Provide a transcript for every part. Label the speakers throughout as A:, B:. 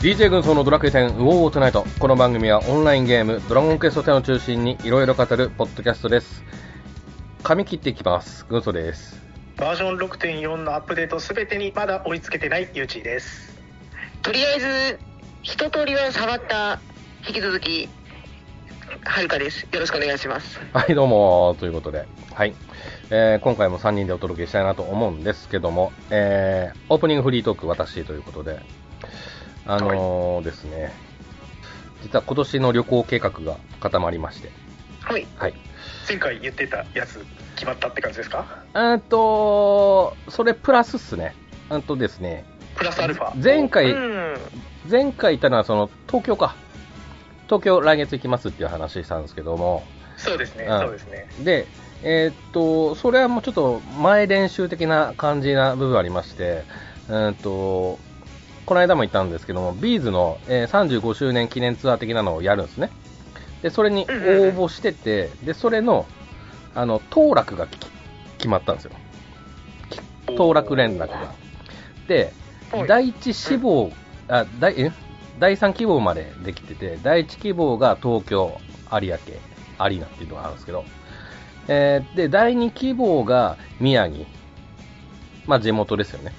A: DJ 軍曹のドラクエ10ウォーウォートナイトこの番組はオンラインゲームドラゴンクエスト10を中心にいろいろ語るポッドキャストです髪切っていきます軍曹です
B: バージョン6.4のアップデートすべてにまだ追いつけてないゆうちーです。
C: とりあえず一通りは触った引き続きはるかですよろしくお願いします
A: はいどうもということではい、えー今回も3人でお届けしたいなと思うんですけども、えーオープニングフリートーク私ということであのーですね実は今年の旅行計画が固まりまして
C: はい
A: はい
B: 前回言ってたやつ決まったって感じですか？
A: えっとそれプラスっすねうんとですね
B: プラスアルファ。
A: 前回、
C: うん
A: 前回行ったのはその東京か東京来月行きますっていう話したんですけども
B: そうですね。
A: うん
B: そうですね。
A: でえーっとそれはもうちょっと前練習的な感じな部分ありましてうーんとこの間も行ったんですけどもビーズの、えー35周年記念ツアー的なのをやるんですねでそれに応募しててでそれのあの当落がき決まったんですよき当落連絡がで
C: はい
A: 第一志望、あ、第、え第3希望までできてて、第1希望が東京、有明、アリーナっていうのがあるんですけど、えーで、第2希望が宮城、まあ地元ですよね。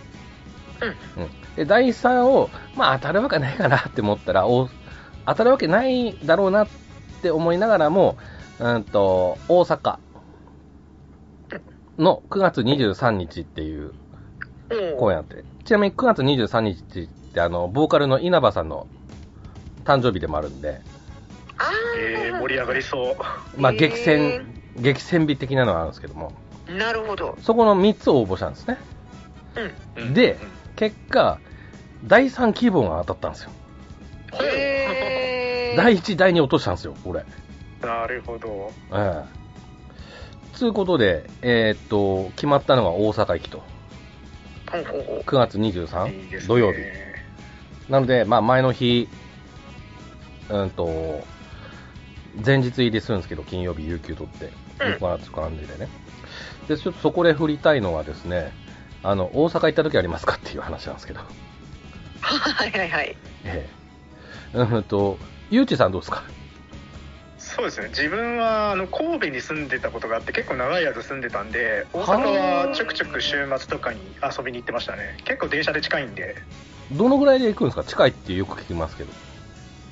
A: うん。で、第3を、まあ当たるわけないかなって思ったら、お当たるわけないだろうなって思いながらも、うんと、大阪の9月23日っていう公
C: おう
A: 演あって。ちなみに9月23日って、あの、ボーカルの稲葉さんの誕生日でもあるんで、
C: あ
B: えー、盛り上がりそう。
A: まあ
C: へー
A: 激戦、激戦日的なのがあるんですけども、
C: ーなるほど
A: そこの3つ応募したんですね。
C: うん
A: で結果、第3希望が当たったんですよ。
B: ほう
C: え
A: 第1、第2落としたんですよ、これ。
B: うんなるほど。
A: ええ。つうことで、えーっと、決まったのが大阪行きと。
C: ほうほうほ
A: 9月
B: いいで
A: 23
B: すね
A: 土曜日。なので、まあ、前の日、うんと、前日入りするんですけど、金曜日、有給取って、
C: うん
A: 行こうかなって感じでね。で、ちょっとそこで振りたいのはですね、あの、大阪行った時ありますかっていう話なんですけど、
C: うはいはいはい
A: ええ。うんと、ゆうちさんどうですか
B: そうですね。自分はあの神戸に住んでたことがあって結構長い間住んでたんで、大阪はちょくちょく週末とかに遊びに行ってましたね。結構電車で近いんで。
A: どのぐらいで行くんですか近いってよく聞きますけど。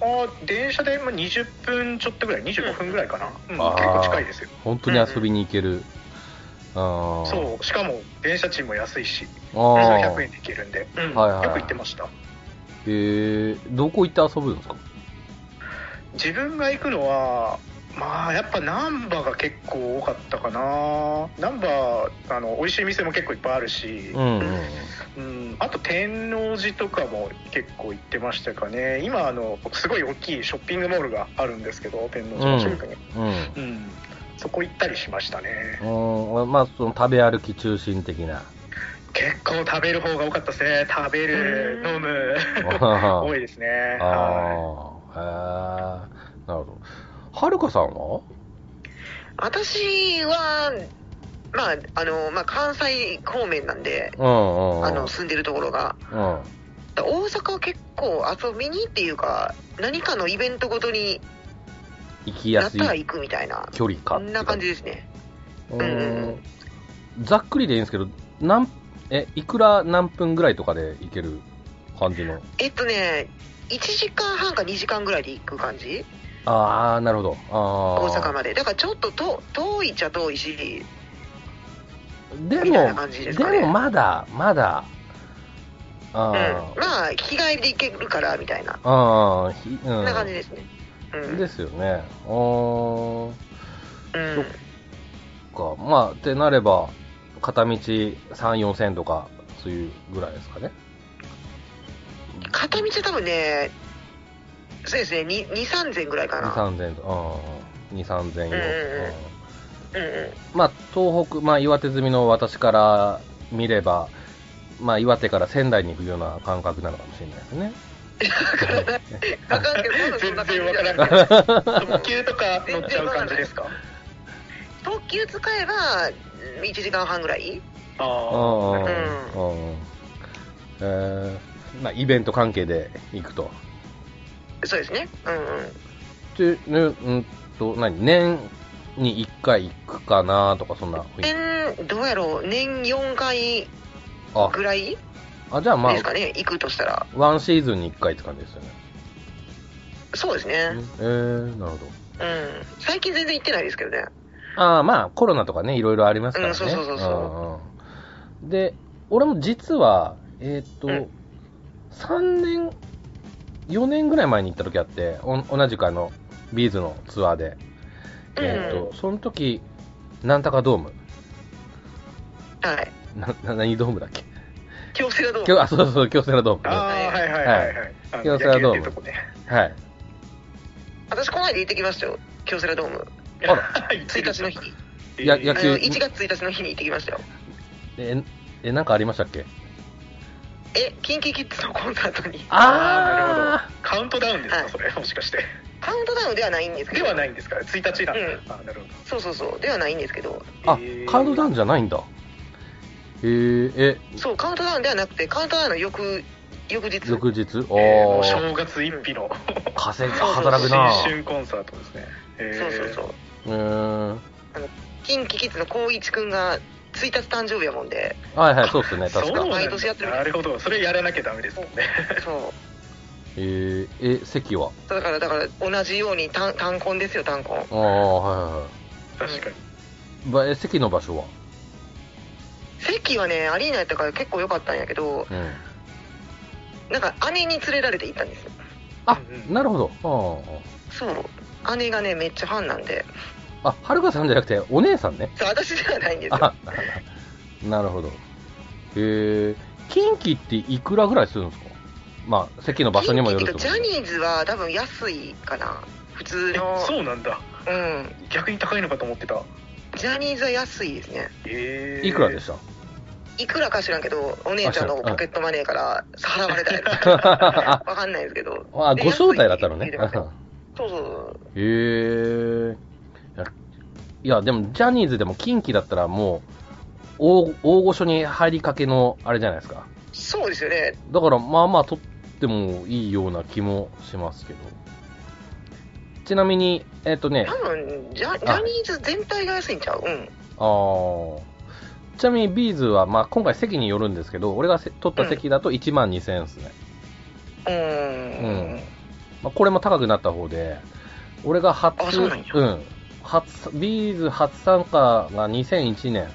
B: あー電車でまあ20分ちょっとぐらい25分ぐらいかな、うん
A: あー
B: 結構近いですよ
A: 本当に遊びに行ける。ああ。
B: そうしかも電車賃も安いし
A: ああ。
B: 100円で行けるんで、うん
A: はいはい
B: よく行ってました
A: ええどこ行って遊ぶんですか
B: 自分が行くのはまあやっぱ難波が結構多かったかな難波あの美味しい店も結構いっぱいあるし、
A: うん、うん。
B: うんあと天王寺とかも結構行ってましたかね今あのすごい大きいショッピングモールがあるんですけど天王寺の近くに、
A: うん。
B: うんそこ行ったりしましたね
A: うん、まあ、その食べ歩き中心的 な。
B: 結構食べる方が多かったですね食べる
C: うん
B: 飲む
A: あ
B: 多いですね
A: あ
B: は
A: ー、へえ、なるほど。はるかさんは
C: 私はまああの、まあ、関西方面なんで
A: うんうんうん。
C: あの住んでるところが
A: うん。
C: 大阪は結構遊びにっていうか何かのイベントごとに
A: 行き
C: な
A: や
C: っ
A: す
C: たら
A: い
C: 行くみたいな
A: 距離か。
C: こんな感じ。ですね
A: う
C: うんうん
A: ん。ざっくりでいいんですけど、なん、え、いくら何分ぐらいとかで行ける感じの。
C: えっとね、1時間半か2時間ぐらいで行く感じ、
A: ああ、なるほど。あ
C: 大阪
A: ま
C: まで。だからちょっとと遠いっちゃ遠いし、
A: で。
C: みたいな
A: も、
C: 感じ
A: で
C: ですかね
A: もまだ、まだ、
C: うん、
A: あ
C: まあ、日帰りで行けるからみたいな、
A: あ、ああ、ひうん。
C: そんな感じですね。うん、
A: ですよね。うーん。
C: うん、
A: か、まあ、ってなれば、片道3、4000とか、そういうぐらいですかね。
C: 片道は多分ね、そうですね、2、3000ぐらいか
A: 2、
C: な。
A: 3000と、うん、2、3000
C: うんうんうん
A: よ。
C: うんうん
A: まあ、東北、まあ、岩手済みの私から見れば、まあ、岩手から仙台に行くような感覚なのかもしれないですね。
B: 全
C: わかんないけど、多分そんな感じ
B: 然
C: だ
B: わ
C: よ
B: か らんけど
C: ね
B: 特急とか乗っちゃう感じですか
C: 特急使えば、1時間半ぐらい
B: あ
A: うんうんうん
B: あ
C: う
A: うん。えーまあ、イベント関係で行くと。
C: そうですね。うんうん。
A: で、ね、うんと、何年に1回行くかなとか、そんな雰囲気。
C: 年、どうやろう、年4回
A: あ
C: ぐらい
A: あ、じゃあま
C: ですかね、行くとしたら。
A: あ、ワンシーズンに1回って感じですよね。
C: そうです
A: え
C: ね。
A: ー、なるほど。
C: うん。最近全然行ってないですけどね。
A: ああ、まあ、コロナとかね、いろいろありますからね。
C: うんそうそうそうそうん
A: うんで、俺も実は、えーっと、
C: うん
A: 3年、4年ぐらい前に行った時あって、お同じくあの、ビーズのツアーで。えーっと、その時、なんたかドーム。
C: はい。
A: な、な、何ドームだっけ
C: 京セラドーム。
A: 今日、あ、そうそう、京セラドーム。
B: あ
A: は
B: あ、はいはいはい
A: は
B: はい。あの
A: 京セラドーム
B: 野球っていうとこね。
A: い。
C: 私、この間行ってきましたよ。京セラドーム。
A: あら
C: 1日の日に。
A: いや
B: えー
A: 野
C: あ
A: 球
C: の1月1日の日に行ってきましたよ。
A: え、え、なんかありましたっけ
C: え、キンキキッズのコンサートに。
B: あ
A: あ
B: カウントダウンです
C: は
B: か、
C: い
B: それ、もしかして。
C: カウントダウンではないんですけ
B: で
C: ど。
B: はないんですか、1日なんだ
C: うん
B: あなるほ
C: そうそうそう。ではないんですけど。
B: ど。
A: あ
B: え
A: カードダウンじゃないんだ。えー、え、
C: そう、カウントダウンではなくて、カウントダウンの翌、翌日。
A: 翌日お
B: えーもう
A: ー、
B: 正月一日の
A: 稼い、
C: そうそう
A: 働くな
B: 新春コンサートですね。えー
C: そうそうそう。
A: うーん。
C: キンキキッズの光一くんが1日誕生日やもんで。
A: はいはい、そうですね、確
B: そう
A: か。
B: なん
C: 毎
B: です
C: 年やってる
B: なるほど、それやらなきゃダメですもんね。
C: そう。
A: えー、え、席は
C: だから、だから、同じように単、単婚ですよ、単婚。
A: ああ、はいはいは
B: 確かに。
A: いばえ。席の場所は
C: 席はね、アリーナやったから結構良かったんやけど、
A: うん。
C: なんか姉に連れられて行ったんですよ。
A: あ
B: うん、うん
A: なるほど。
C: そう。姉がね、めっちゃファンなんで。
A: あーあ、はるかさんじゃなくて、お姉さんね。
C: そう、私ではないんですよ。
A: あ、 なるほど。えー、近畿っていくらぐらいするんですかまあ、席の場所にもよる
C: キ
A: と
C: ンキ
A: 思
C: キ
A: う
C: ッ
A: けど
C: ズジャニーズは多分安いかな。普通
B: え
C: の。
B: そうなんだ。
C: うん。
B: 逆に高いのかと思ってた。
C: ジャニーズは安いですね。
B: えー
A: いくらでした
C: いくらか知らんけど、お姉ちゃんのポケットマネーから払われたや つ。
A: あ、
C: わかんないですけど。
A: あご招待だったのね
C: で。安いって言ってましたよそうそう
A: へえ。いやいや、でも、ジャニーズでも近畿だったらもう、大大御所に入りかけの、あれじゃないですか。
C: そう。そうですよね。
A: だから、まあまあ、取ってもいいような気もしますけど。ちなみに、えっ、とね
C: 多、分ジャ、ジャニーズ全体が安いんちゃううん。
A: あーちなみにビーズは、まあ、今回席によるんですけど、俺がせ取った席だと1万2000円ですね。
C: うー
A: うん
C: ん。
A: まあ、これも高くなった方で、俺が初、
C: あそうなんや
A: ん初、ビーズ初参加が2001年、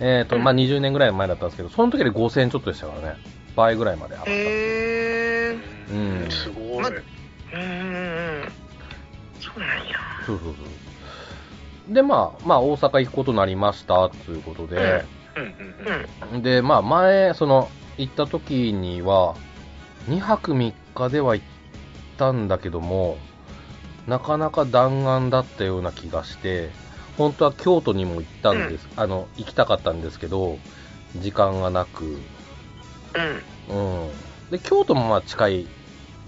A: えっ、と、
C: うん
A: まあ、20年ぐらい前だったんですけど、その時で5000円ちょっとでしたからね。倍ぐらいまで上がった。
C: へえ。
A: うん
B: うんすごい。
C: まうんうんうん。そうなんや。
A: そうそうそう。で、まあ、まあ、大阪行くことになりました、ということで、
B: うんうんうん
C: うん。
A: で、まあ、前、その、行った時には、2泊3日では行ったんだけども、なかなか弾丸だったような気がして、本当は京都にも行ったんです、あの、行きたかったんですけど、時間がなく、うん。
C: うん。
A: で、京都もまあ近い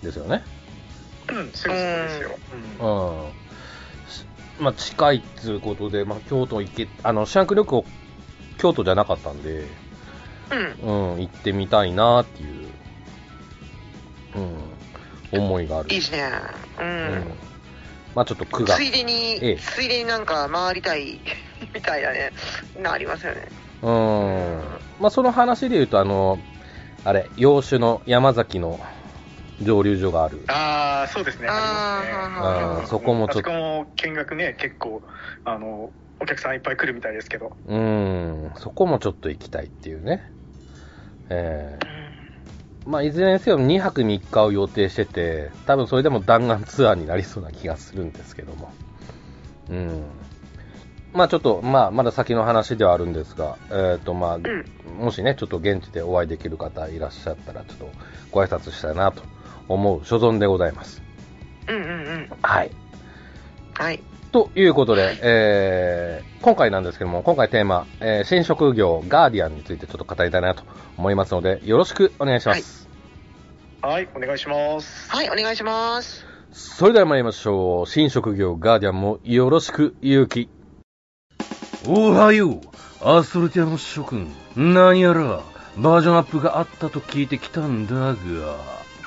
A: ですよね。
B: うん、すごいですよ。
A: うん。しまあ、近いっつうことで、まあ、京都行け、あの、シャンク旅行、京都じゃなかったんで、
C: うん。
A: うん、行ってみたいなっていう、うん、思いがある。
C: いいですね。う
A: うんん。。まあちょっと9月
C: つ。いでに、
A: ええ
C: ついでになんか回りたい みたいなね、なありますよね。
A: うん。まあその話で言うと、あの、あれ、洋酒の山崎の蒸留所がある。
B: ああ、そうですね、ありますね。
A: あ
C: あ
A: ーそこもちょっと
B: あそこも見学ね、結構、あの、お客さんいっぱい来るみたいですけど。
A: うん、そこもちょっと行きたいっていうね。え
C: ー
A: ー、まあいずれにせよ2泊3日を予定してて、多分それでも弾丸ツアーになりそうな気がするんですけども。うん。まあちょっと、まあまだ先の話ではあるんですが、えっ、とまあ、
C: うん。
A: もしね、ちょっと現地でお会いできる方いらっしゃったら、ちょっとご挨拶したいなと思う所存でございます。
C: うんうんうん。
A: はい。
C: はい。
A: ということで、えー、今回なんですけども、今回テーマ、えー新職業ガーディアンについてちょっと語りたいなと思いますので、よろしくお願いします。
B: はい、お願いします。
C: はい、お願いします。
A: それでは参りましょう。新職業ガーディアンもよろしく、ゆうき。おはよう、アストルティアの諸君。何やら、バージョンアップがあったと聞いてきたんだが、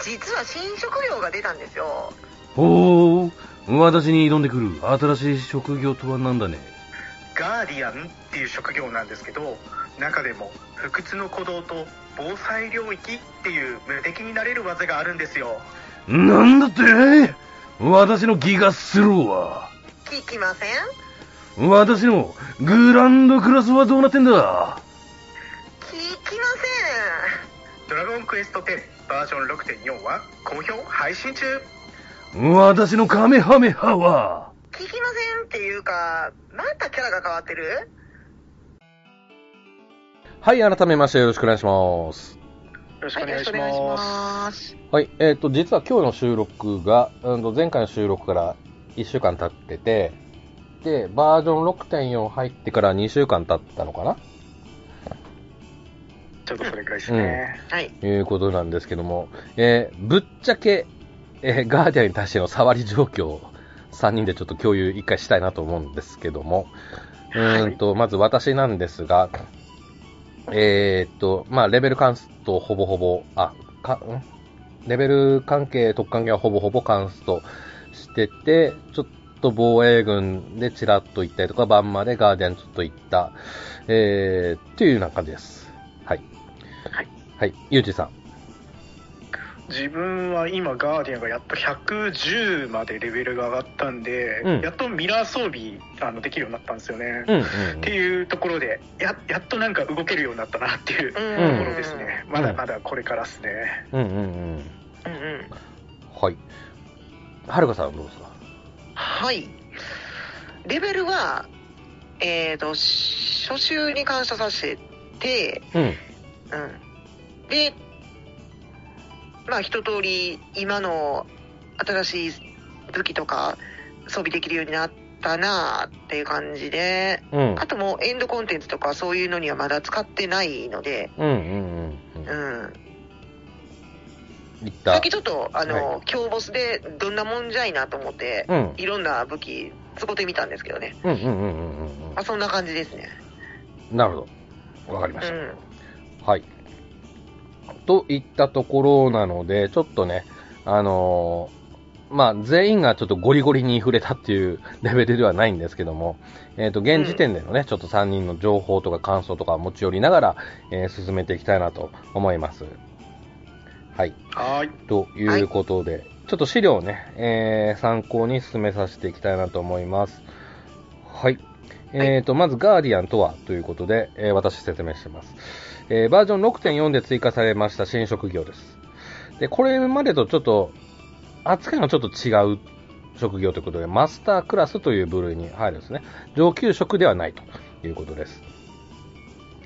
C: 実は新食料が出たんですよ
A: おお、私に挑んでくる新しい職業とはなんだね。
B: ガーディアンっていう職業なんですけど中でも不屈の鼓動と防災領域っていう無敵になれる技があるんですよ
A: なんだって私のギガスローは、
C: 聞きません
A: 私のグランドクラスはどうなってんだ
C: 聞きま
B: 「
C: せ
B: ドラゴンクエスト10バージョン6.4」は好評配信中
A: 私のカメハメハは、
C: ん聞きませんっていうかまたキャラが変わってる
A: はい、改めましてよろしくお願いします。
B: よろし
C: は
B: くお
C: い
B: 願
C: よろ
B: い
C: しく
B: し
C: お願いし
B: ます
C: ます
A: はい、えっ、と、実は今日の収録が、うんと、前回の収録から1週間経ってて、で、バージョン6.4入ってから2週間経ったのかな
B: ちょっとそれくらいですね、
C: はい
A: ということなんですけども、えーぶっちゃけ、えーガーディアンに対しての触り状況を3人でちょっと共有一回したいなと思うんですけども、うーんと、まず私なんですが、えーっと、まあ、レベル関数とほぼほぼ、あ、か、んレベル関係、特関係はほぼほぼ関数としてて、ちょっと防衛軍でチラッと行ったりとか、バンマでガーディアンちょっと行った、えー、っていうような感じです。はい。
B: はい。
A: はい。ゆうじさん。
B: 自分は今ガーディアンがやっと110までレベルが上がったんで、
A: うん
B: やっとミラー装備あのできるようになったんですよね、
A: うん、うん
B: っていうところでややっとなんか動けるようになったなっていうとこ
C: うん
B: ろですね、
A: ん
B: まだまだこれからですね、
A: うん。うん、うん、うん。
C: うんうん
A: はい。はるかさんはどうですか
C: はい。レベルは、えっ、と、し初週に感謝させて、
A: うん。
C: うん。で、まあ一通り今の新しい武器とか装備できるようになったなあっていう感じで、
A: うん。
C: あともうエンドコンテンツとかそういうのにはまだ使ってないので、
A: うん、うん、うん。
C: う
A: うん
C: ん。
A: いった。
C: さっきちょっと、あの、
A: は
C: 強ボスでどんなもんじゃいなと思って、
A: うん。
C: いろんな武器使ってみたんですけどね。
A: うん、うん、うん、うんうん
C: まあそんな感じですね。
A: うん。なるほど。わかり
C: う
A: ました。
C: ん。
A: はい。といったところなので、ちょっとね、あのーまあ、全員がちょっとゴリゴリに触れたっていうレベルではないんですけども、えっ、と、現時点でのね、ちょっと3人の情報とか感想とかを持ち寄りながら、えー進めていきたいなと思います。はい。
B: はーい
A: ということで、ちょっと資料をね、えー参考に進めさせていきたいなと思います。はい。えーと、まず、ガーディアンとはということで、えー私説明してます。えーバージョン6.4で追加されました新職業です。で、これまでとちょっと、扱いがちょっと違う職業ということで、マスタークラスという部類に入るんですね。上級職ではないということです。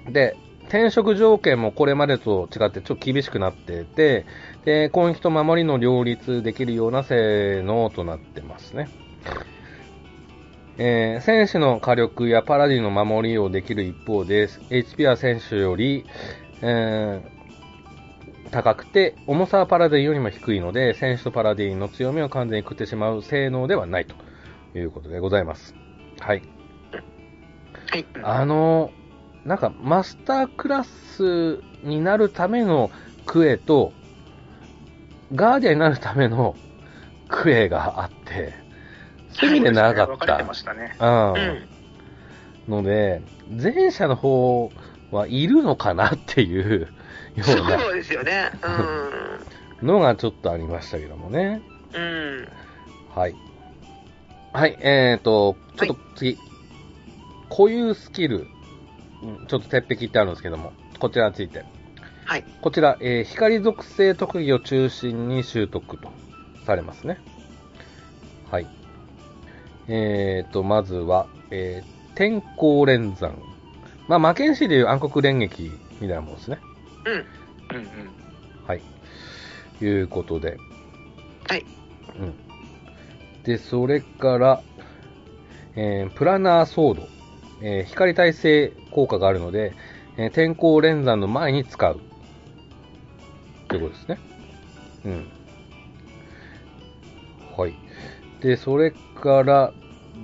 A: で、転職条件もこれまでと違ってちょっと厳しくなってて、で、攻撃と守りの両立できるような性能となってますね。えー戦士の火力やパラディの守りをできる一方で、HP は選手より、えー高くて、重さはパラディよりも低いので、選手とパラディの強みを完全に食ってしまう性能ではないということでございます。はい。
C: はい。
A: あの、なんかマスタークラスになるためのクエと、ガーディアンになるためのクエがあって、そういう意味で長か
B: 分
A: っ
B: か
A: た。
B: れてましたね
A: う
C: うん
A: ん。ので、前者の方はいるのかなっていうよ
C: そうですよね。
A: うなのがちょっとありましたけどもね。
C: うん。うん。
A: はい。はい、えーと、ちょっと次。固有スキル。うんちょっと鉄壁ってあるんですけども、こちらについて。
C: はい。
A: こちら、えー光属性特技を中心に習得とされますね。はい。えーと、まずは、えー天候連山。まあ、魔剣士でいう暗黒連撃みたいなものですね。
C: うん。
B: うんうん
A: はい。いうことで。
C: はい。
A: うん。で、それから、えープラナーソード。えー光耐性効果があるので、えー天候連山の前に使う。ということですね。うん。はい。で、それから、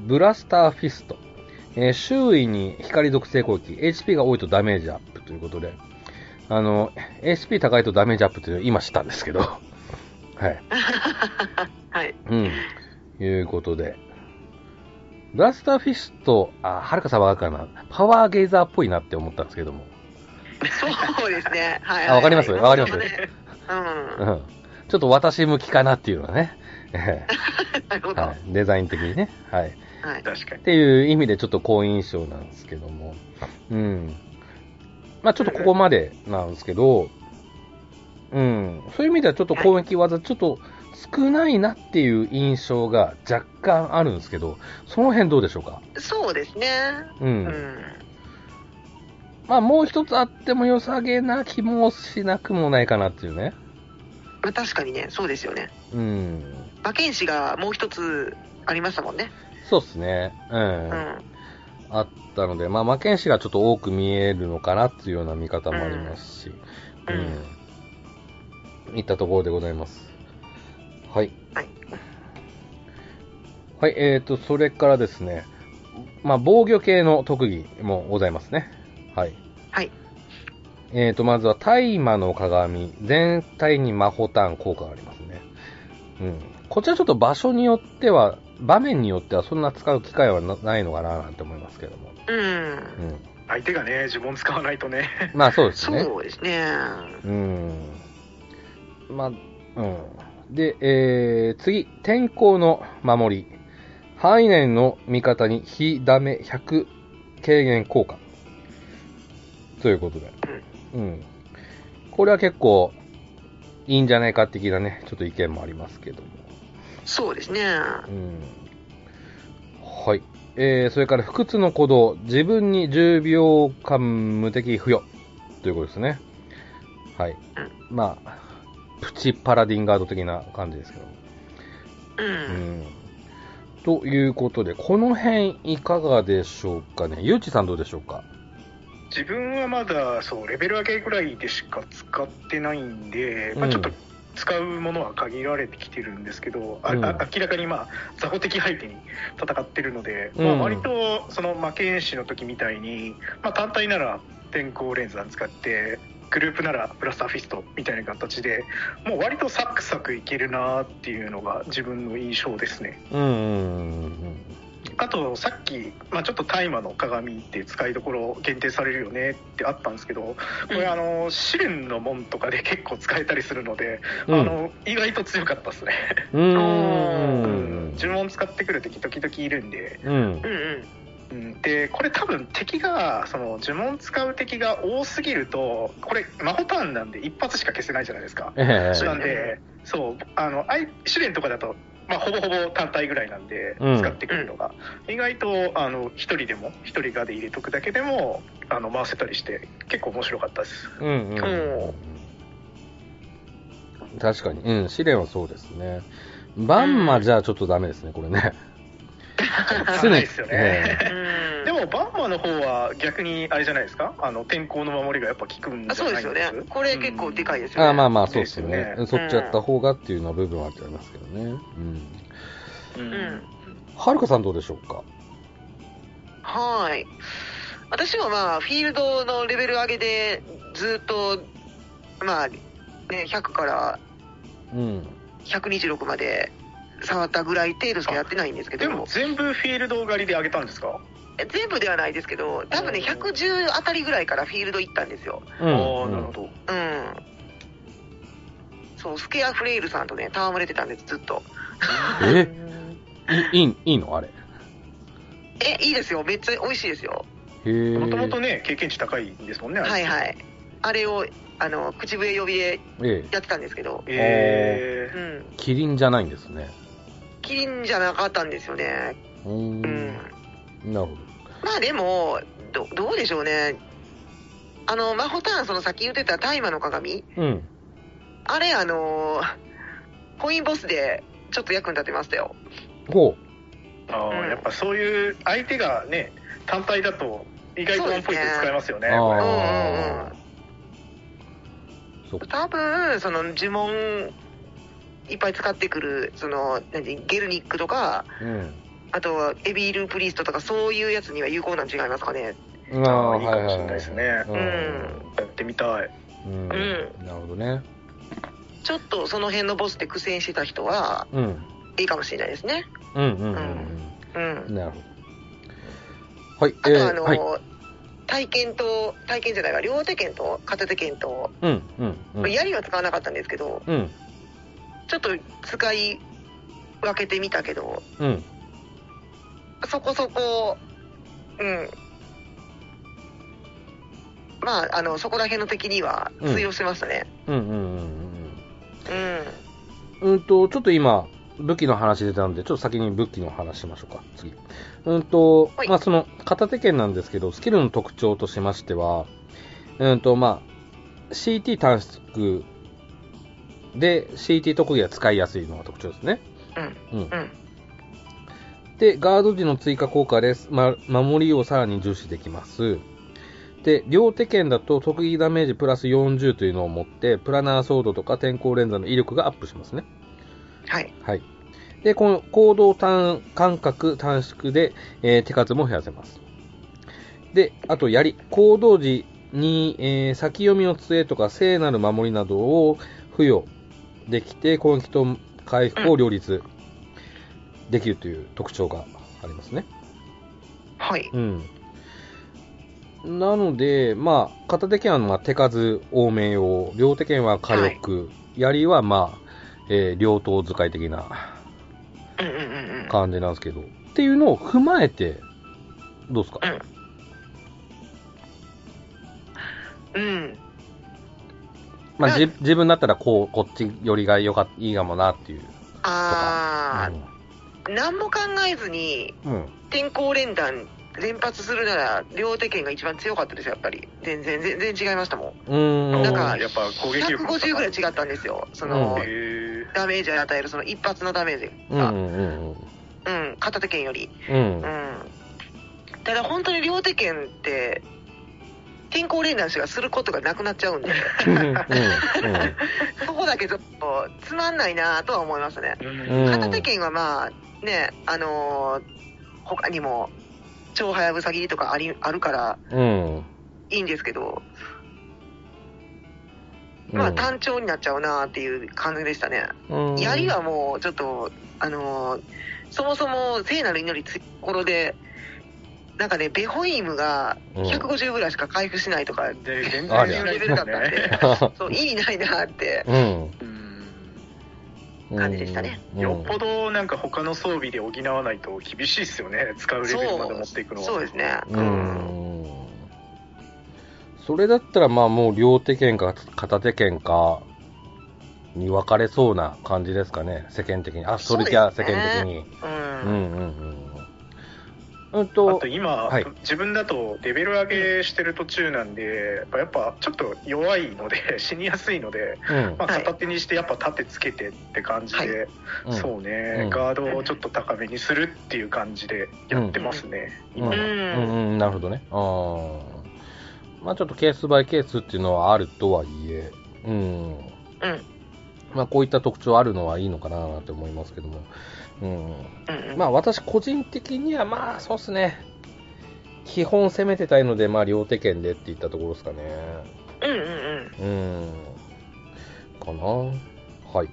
A: ブラスターフィスト。えー周囲に光属性攻撃、HP が多いとダメージアップということで、あの、HP 高いとダメージアップというのを今知ったんですけど、 はい。
C: はい。
A: うん。いうことで。ブラスターフィスト、あ、はるかさばかるかな。パワーゲイザーっぽいなって思ったんですけども。
C: そうですね。はい。
A: あわかります
C: はい
A: わかります
C: そうねう。
A: うんん。ちょっと私向きかなっていうのは ね。え
C: なるほ
A: え
C: ど。は。
A: はいい。デザイン的にね。はい。
B: 確かに
A: っていう意味でちょっと好印象なんですけども。うん。まあちょっとここまでなんですけど、うん。そういう意味ではちょっと攻撃技、ちょっと少ないなっていう印象が若干あるんですけど、その辺どうでしょうか
C: そうですね。
A: う。
C: うんん。
A: まあもう一つあっても良さげな気もしなくもないかなっていうね。
C: まあ、確かにね、そうですよね。
A: うん。
C: 馬剣士がもう一つありましたもんね。
A: そうっすね。うん。
C: うん。
A: あったので、まあ、魔剣士がちょっと多く見えるのかなっていうような見方もありますし、う
C: うん
A: ん。いったところでございます。はい。
C: はい。
A: はい、えーと、それからですね、まあ、防御系の特技もございますね。はい。
C: はい。
A: えーと、まずは、大麻の鏡、全体に魔法ターン効果がありますね。うん。こちらちょっと場所によっては、場面によってはそんな使う機会はなないのかななんて思いますけども。
C: うん。
A: うん。
B: 相手がね呪文使わないとね
A: まあそうですね。
C: そうですね。
A: うん。まあ、うん。で、えー、次、天候の守り。範囲内の味方に火ダメ100軽減効果。ということで。うん。これは結構、いいんじゃないか的なね、ちょっと意見もありますけども。
C: そうです
A: う
C: ね。
A: ん。はい。えー、それから、不屈の鼓動。自分に10秒間無敵付与。ということですね。はい。まあ、プチパラディンガード的な感じですけども。
C: う。
A: うんん。ということで、この辺いかがでしょうかね。ゆうちさんどうでしょうか
B: 自分はまだそうレベル上げぐらいでしか使ってないんで、
A: う
B: まあ、
A: ん
B: ちょっと使うものは限られてきてるんですけど、あ
A: うん
B: あ明らかにまあ雑魚的相手に戦ってるので、
A: うん
B: まあ、割とその負け演習の時みたいに、まあ、単体なら天候レンズなん使ってグループならブラスターフィストみたいな形でもう割とサクサクいけるなっていうのが自分の印象ですね。
A: うんうんうん
B: あとさっき、まあ、ちょっと大麻の鏡って使いどころ限定されるよねってあったんですけどこれあの試練の門とかで結構使えたりするので、
A: うん。
B: あの意外と強かったですね、
A: うん。う
B: う
A: ん。
B: ん呪文使ってくる敵時々いるんで、
A: うん
C: う。んうん。
B: うん、でこれ多分敵がその呪文使う敵が多すぎるとこれ魔法ターンなんで一発しか消せないじゃないですか
A: ええ
B: なんで、そう、あの、あい試練とかだと、まあ、ほぼほぼ単体ぐらいなんで、
A: うん
B: 使ってくるのが、意外と、あの、一人でも、一人がで入れとくだけでも、あの、回せたりして、結構面白かったです。
A: うんうん
C: う
A: 確かに、うん、試練はそうですね。バンマじゃちょっとダメですね、これね。常
B: な
A: に
B: いですよね。
C: うん
B: でも、バンマの方は逆に、あれじゃないですかあの、天候の守りがやっぱ効くん
C: あ
B: じゃ
C: そ
B: な
C: う
B: い
C: ですよね。これ結構でかい
B: す
C: ですよね。
A: あーまあ まあ、そうですよ
B: で
A: ね
B: すよね
A: そっちやった方がっていうのは部分はありますけどね。うん。
B: うん
C: うん
A: はるかさんどうでしょうか
C: はーい。私もまあ、フィールドのレベル上げで、ずっと、まあ、ね、100から
A: うん。
C: 126まで触ったぐらい程度しかやってないんですけ
B: で
C: ど、
B: も全部フィールド狩りで上げたんですか、
C: え全部ではないですけど、多分ね、110あたりぐらいからフィールド行ったんですよ。
A: う
B: あ
A: ん
B: あなるほど、
C: うん。そう、スケアフレイルさんとね、戯れてたんです、ずっと。
A: うんえいいいいいのあれ。へ
C: え、いいですよ。めっちゃ美味しいですよ。
A: え。
B: もともとね経験値高いんですもんね
C: はい
B: い
C: はい。あれを、あの、口笛呼びで
A: ええ。
C: やってたんですけど、
B: えー
C: うん。
A: キリンじゃないんですね。
C: キリンじゃなかったんですよね。
A: うーん。
C: うん。
A: なるほど。
C: まあでも、どどうでしょうね。あの、マホターン、その先言ってた大麻の鏡
A: うん。
C: あれ、あのーコインボスでちょっと役に立てましたよ。
A: ほ
B: あー
C: うん
B: やっぱそういう相手がね単体だと意外とワンポイント使えますよ
A: う。
B: ねこれ
A: ああ。そっか。
C: 多分、その呪文いっぱい使ってくる、その、何ゲルニックとか、
A: うん。
C: あと、エビールプリストとか、そういうやつには有効なん違いますかね。
A: ああ、
B: いいかもしれないですね
A: うん
C: うん
B: やってみたい
A: うん
C: ん
A: なるほどね。
C: ちょっとその辺のボスで苦戦してた人は
A: うん。
C: いいかもしれないですね。
A: うんうんうん
C: う
A: うん。
C: ん。
A: なるほど。はい。
C: あとあの、
A: はい。
C: 体験と、体験じゃないわ、両手剣と片手剣と、
A: うんうんうん。
C: 槍は使わなかったんですけど、
A: うん
C: ちょっと使い分けてみたけど、
A: うん。
C: そこそこ、うん。まあ、あの、そこら辺の敵には通用してましたね。
A: うんうんうんうん。
C: う
A: う
C: ん。
A: んと、ちょっと今、武器の話出たんで、ちょっと先に武器の話しましょうか、次。うんと
C: は、い
A: まあ、その、片手剣なんですけど、スキルの特徴としましては、うんと、まあ、CT 短縮で、CT 特技が使いやすいのが特徴ですね。うん。うん
C: うん。
A: で、ガード時の追加効果です。ま、守りをさらに重視できます。で、両手剣だと特技ダメージプラス40というのを持って、プラナーソードとか天候連座の威力がアップしますね。
C: はい。
A: はい。で、この行動短間隔短縮で、えー手数も減らせます。で、あと、槍。行動時に、えー先読みの杖とか聖なる守りなどを付与できて、攻撃と回復を両立できるという特徴がありますね。
C: はい。
A: うん。なので、まあ、片手剣はまあ手数多め用、両手剣は火力、槍はまあ、えー両刀使い的な
C: うんうんうんうん。
A: 感じなんですけど、っていうのを踏まえて、どうですか
C: うん。
A: まあ、じ
C: う
A: 自分だったらこう、こっち寄りがよかいいかもなっていう。
C: あー、何も考えずに、
A: うん。うん
C: 天候連弾連発するなら、両手剣が一番強かったですよ、やっぱり。全然、全然違いましたもん。
A: うーん。
C: なんか
B: やっぱ攻撃力
C: 150ぐらい違ったんですよ。その、
A: うん
B: へ
C: ダメージを与える、その一発のダメージ
A: うんう
C: が。
A: んうん
C: うん、片手剣より。
A: うん。
C: う
A: うん。
C: ん。ただ本当に両手剣って、天候連弾しかすることがなくなっちゃ うんで、
A: うん。うん。
C: そこだけちょっとつまんないなとは思いますね。
B: ー
A: うん
C: 片手剣はまあ、ね、あのー他にも、超はやぶさ切りとかありあるから
A: うん。うん。
C: いいんですけど、まあ単調になっちゃうなっていう感じでしたね。
A: うん、
C: 槍はもうちょっと、あのーそもそも聖なる祈りつころで、なんかね、ベホイムが
A: うん
C: 150ぐらいしか回復しないとか、
B: で全
A: あ
B: 然
A: りゃ
B: 強いで
C: レベ
B: す
C: ル
B: ね
C: だったん で、そう、意味ないなって。
A: うん。
B: うん
C: 感じでしたね
A: うん。
B: よっぽどなんか他の装備で補わないと厳しいですよね使うレベルまで持っていくのは
C: そうですね。
A: う
C: うん。
A: ん。それだったら、まあもう両手剣か片手剣かに分かれそうな感じですかね、世間的に。あ、それじゃあ
C: そ
A: 世
C: うです
A: 間
C: ね
A: 的に。
C: う。
A: うんんうんうん。うん
B: あ
A: と
B: と、今、
A: はい
B: 自分だとレベル上げしてる途中なんで、やっぱちょっと弱いので、死にやすいので、
A: うん
B: まあ、
C: はい
B: 片手にしてやっぱ盾つけてって感じで、
A: うん
B: そうね、
A: うん
B: ガードをちょっと高めにするっていう感じでやってますね、
A: うん
B: 今は。
A: うんうん、なるほどね。あーまあちょっとケースバイケースっていうのはあるとはいえ、うん。
C: うん。
A: まあこういった特徴あるのはいいのかななんて思いますけども。うん。
C: うん。
A: まあ私個人的にはまあそうっすね。基本攻めてたいので、まあ両手剣でって言ったところですかね。
C: うんうんうん。
A: うん。かな。はい。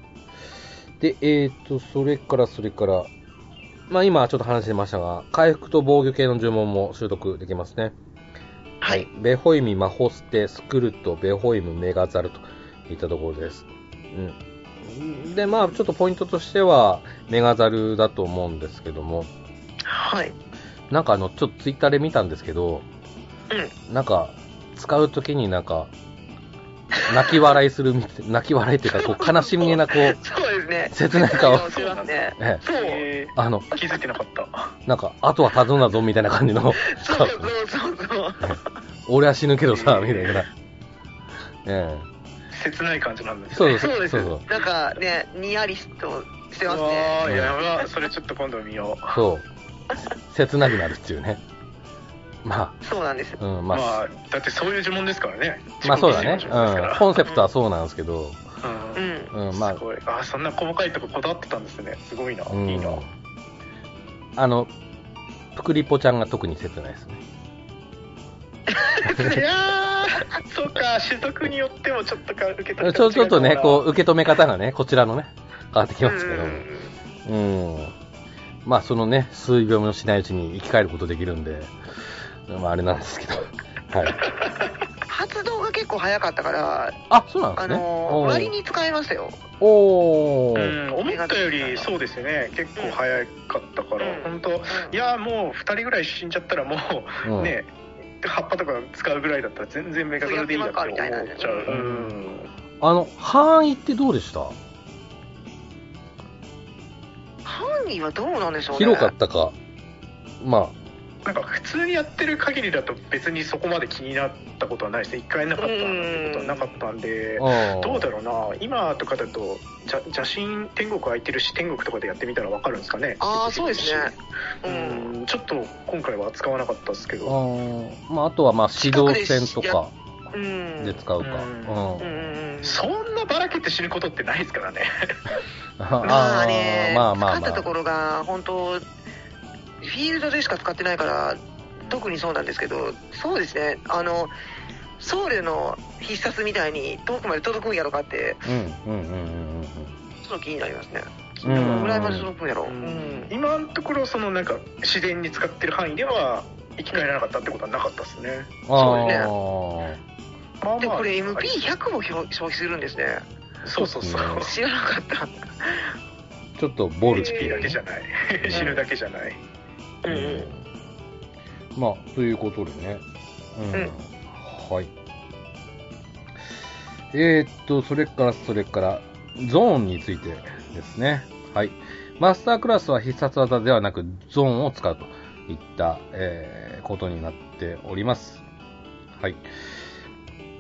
A: で、えっ、と、それからそれから、まあ今ちょっと話してましたが、回復と防御系の呪文も習得できますね。
C: はい。。
A: ベホイミ、マホステ、スクルト、ベホイム、メガザルといったところです。うん。で、まあちょっとポイントとしては、メガザルだと思うんですけども、
C: はい。
A: なんかあの、ちょっとツイッターで見たんですけど、なんか、使うときになんか、泣き笑いするみたい、 泣き笑いっていうか、こう、悲しみげな、こう、
C: そうですね。
A: 切ない 顔
C: そうですね。
A: ええ
C: そう。
B: え
A: あの、
B: ー気づいてなかった。
A: なんか、あとは頼んだぞ、みたいな感じの、
C: そうそうそうそう。
A: 俺は死ぬけどさ、みたいな。え
B: 切ない感じなんで
A: え。
B: すね。
A: そうそう
C: そうです
A: そうそう。。
C: なんかね、にやりとしてますね。
B: わーやば、それちょっと今度見よう。
A: そう。切なくなるっていうね。ま
C: そうなんです。
A: あ、うん、ま
B: ま
A: あ、
B: あ、だってそういう呪文ですからね。
A: まあそうだね
B: 自。己啓示の呪文
A: うん。コンセプトはそうなんですけど、
B: ですからうん
C: うん。
A: うん、まあ
B: す、ごいあそんな細かいとここだわってたんですねすごいな、
A: うん
B: いいな
A: あの、プクリポちゃんが特に切ないですね。
C: いや
B: そうか、種族によってもちょっとか受け取り
A: ちょちょっとね、こ
B: う
A: う、受け止め方がね、こちらのね、変わってきますけど
C: う、ん
A: うん。まあ、そのね、数秒もしないうちに生き返ることできるんで、まあ、あれなんですけど。はい。
C: 発動が結構早かったから、
A: あ、そうなんで
C: あ
A: すね。
C: の
A: おー
C: 割に使えましたよ。
A: お
B: う
A: ー
B: ん、思ったよりそうですよね結構早かったから、
C: う
B: 本
C: ん
B: 当いやもう2人ぐらい死んじゃったらも
A: う
B: う、
A: ん
B: ね葉っぱとか使うぐらいだったら全然メガドラでいいやって思っちゃう
C: やってまうかみたいな
A: ね
B: うん
A: あの、範囲ってどうでした
C: 範囲はどうなんでしょうね。
A: 広かったか。ま
B: なんか普通にやってる限りだと別にそこまで気になったことはないですね一回なかったってことはなかったんで
A: あ、あー
B: どうだろうな今とかだとじゃ邪神天国空いてるし天国とかでやってみたら分かるんですかね
C: ああ、そうですね。う。
B: うんんちょっと今回は使わなかったですけ
A: あ
B: ど
A: ーまあ、あとは、まあ、指導戦とか
C: うん。
A: で使うか。
B: うん
C: うんうんうん
B: そんなばらけて死ぬことってないですからね
C: まあね
A: ー、まあまあ
C: 使っ
A: ま
C: たとこ
A: あ。
C: ろが、本当、フィールドでしか使ってないから、特にそうなんですけど、そうですね、あの、僧侶の必殺みたいに遠くまで届くんやろかって、
A: うん、うん、うん、うん
C: ちょっと気になりますね。
A: うん。う
C: どの
A: ん
C: ぐらいまで届くんやろ。う
B: うん
C: ん。
B: 今のところそのなんか自然に使ってる範囲では生き返らなかったってことはなかったですね、
C: そうね
A: あ
B: まあまあ
C: で、これ MP100 も消消費するんですね。
B: そうそうそう
A: うん
C: 知らなかった。
A: ーちょっとボルテ
B: HP だけじ
A: ィ
B: ゃない死ぬだけじゃない
A: ー
C: うんうん
A: うんまあ、ということでね。うん。はい。えーっと、それから、それから、ゾーンについてですね。はい。マスタークラスは必殺技ではなく、ゾーンを使うといった、えーことになっております。はい。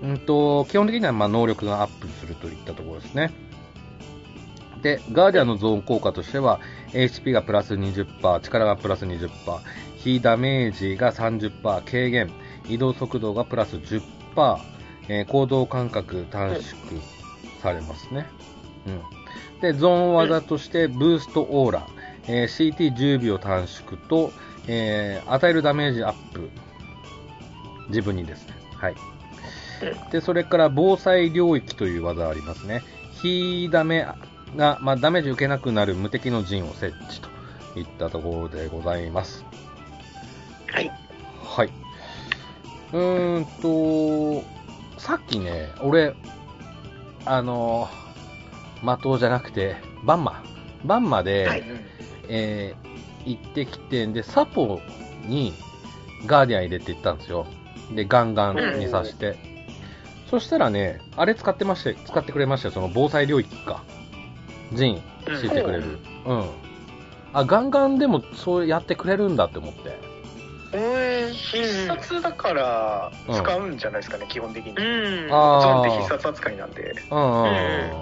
A: うんと、基本的には、まあ、能力がアップするといったところですね。で、ガーディアンのゾーン効果としては、HP がプラス20%、力がプラス20%、非ダメージが30%軽減、移動速度がプラス10%、えー行動間隔短縮されますね。うん。で、ゾーン技として、ブーストオーラ、えー CT10 秒短縮と、えー与えるダメージアップ、自分にですね。はい。で、それから防災領域という技ありますね。火ダメが、まあ、ダメージ受けなくなる無敵の陣を設置といったところでございます。
C: はい。
A: はい。うーんと、さっきね、俺、あの、魔刀じゃなくて、バンマ。バンマで、
C: はい
A: えー行ってきて、で、サポにガーディアン入れて行ったんですよ。で、ガンガンに刺して。そしたらね、あれ使ってまして、使ってくれましたよ。その防災領域か。陣、敷いてくれる。うん。あ、ガンガンでもそうやってくれるんだって思って。
C: うん。
B: 必殺だから使うんじゃないですかね、基本的に、
C: う
B: ゾ
C: ん。うん。
A: あー
B: ーンって必殺扱いなんで
A: うんうんうんうん
C: え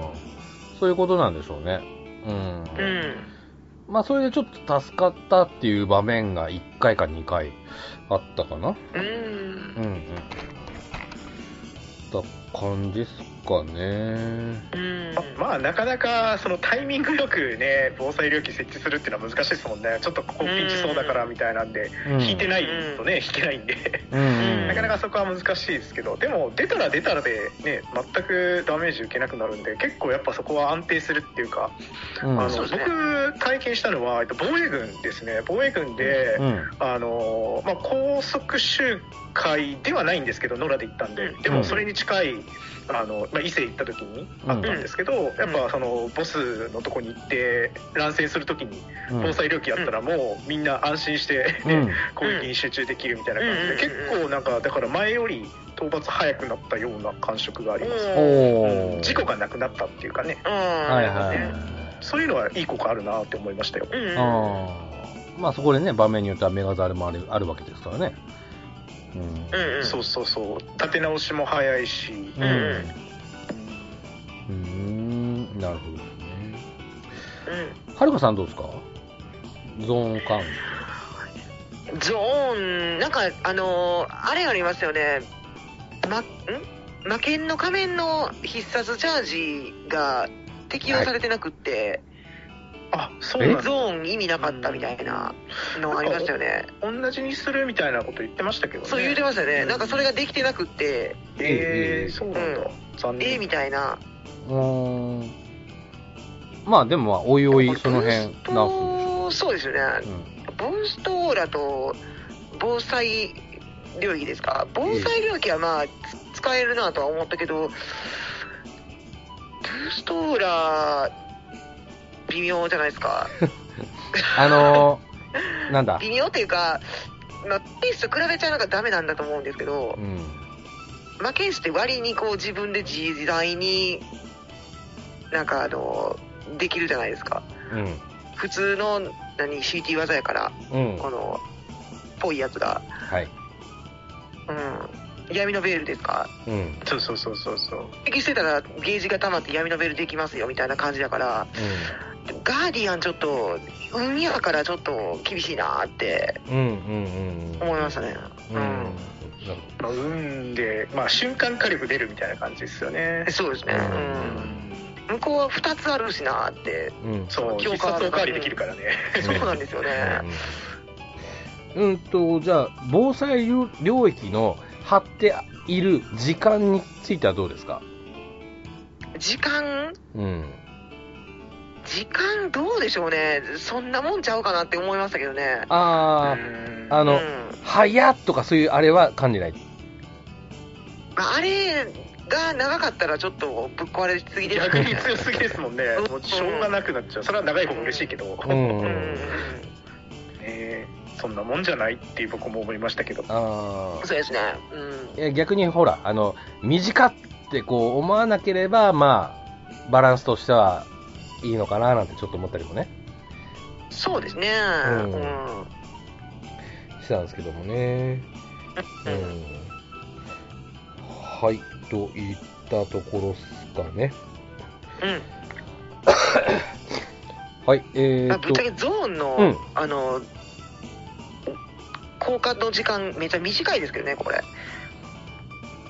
A: そういうことなんでしょうね。うん。
C: うん。
A: まあ、それでちょっと助かったっていう場面が1回か2回あったかな。
C: う
A: う。
C: ん
A: んうん。だ感じっすかね。
C: うん。
B: まあなかなかそのタイミングよくね防災領域設置するっていうのは難しいですもんねちょっとここピンチそうだからみたいなんで、
A: うん
B: 引いてないとね引けないんで
A: うんうん
B: なかなかそこは難しいですけど、でも出たら出たらで、ね、全くダメージ受けなくなるんで、結構やっぱそこは安定するっていうか、
A: うん
B: あの
C: そうですね
B: 僕、体験したのは、えっと防衛軍ですね、防衛軍で、
A: うん
B: あのまあ、高速集会ではないんですけど、野良で行ったんで
C: うん、
B: でもそれに近い、あのまあ、伊勢行った時にあったんですけど、やっぱそのボスのとこに行って、乱戦する時に、
A: うん
B: 防災領域やったら、もうみんな安心して、ね。
A: うん
B: 攻撃に集中できるみたいな感じで、
C: うん
B: 結構なんかだから前より討伐早くなったような感触があります、
A: おー
B: 事故がなくなったっていうかね
C: うん。
A: はいはい
C: ね
B: そういうのはいい効果あるなって思いましたよ、
C: うん。
A: あーまあそこでね場面によってはメガザルもあるあるわけですからねうん
C: うん。うん。
B: そうそうそう立て直しも早いし、
A: う
C: うん
A: んうーんなるほどですね
C: うん。
A: はるかさんどうですかゾーンカウン
C: ゾーン、なんか、あのーあれありますよね。ま、ん魔剣の仮面の必殺チャージが適用されてなくって、
B: ああそうなん
C: ゾ
B: だ
C: ーン意味なかったみたいなのありましたよね
B: 同じにするみたいなこと言ってましたけどね
C: そう言うてましたねなんかそれができてなくって
B: えー、そうなんだ、残念
C: えみたいな
A: うーん。まあでもまあ、おいおいその辺直すんでしょ
C: ブーストそうですよね
A: う。うん。
C: ブーストオーラと防災領域ですか防災領域はまあつ使えるなとは思ったけどブーストオーラ微妙じゃないですか
A: あのー、なんだ。
C: 微妙っていうか、まあ、ピースと比べちゃなんかダメなんだと思うんですけど
A: うん。
C: 負けんして割にこう自分で自在になんかあのできるじゃないですか
A: うん。
C: 普通の何 CT 技やから
A: うん。
C: このぽいやつが、
A: はい。
C: うん、闇のベールですか
A: うん。うん。
B: そうそうそうそうそう
C: 適してたらゲージが溜まって闇のベールできますよみたいな感じだからガーディアンちょっと運やからちょっと厳しいなーって
A: うん。うん。うん。
C: 思いましたね
A: うん。なる
B: まあ運で、まあ、瞬間火力出るみたいな感じですよね
C: そうですね、うん、向こうは2つあるしなーって
A: ほどうん。
B: そう
C: 強
B: 必
C: 化
B: 殺おかわりできるからね
C: そうなんですよね
A: うんうんと、じゃあ、防災領域の張っている時間についてはどうですか
C: 時間
A: うん。
C: 時間どうでしょうねそんなもんちゃうかなって思いましたけどね
A: あ
B: うん
A: あの
C: うん
A: ー、早っとかそういうあれは感じない。
C: まああれが長かったらちょっとぶっ壊れすぎですよ
B: 逆
C: ね
B: に強すぎですもんね
C: うん
B: もうしょうがなくなっちゃうそれは長い方が嬉しいけど、
A: う。
C: うんん
B: えーそんなもんじゃないって僕も思いましたけど
A: あー
C: そうですねうん
A: いや逆にほら、あの、短ってこう思わなければ、まあ、バランスとしてはいいのかななんてちょっと思ったりもね、
C: そうですね
A: うんしてたんですけどもね。
C: う
A: うんん。はい、といったところっすかね。
C: うん
A: はい、えー
C: あ
A: っ
C: ぶっ
A: と
C: ちゃ、けゾーンの、
A: うん
C: あの交換の時間めちゃ短いですけどねこれ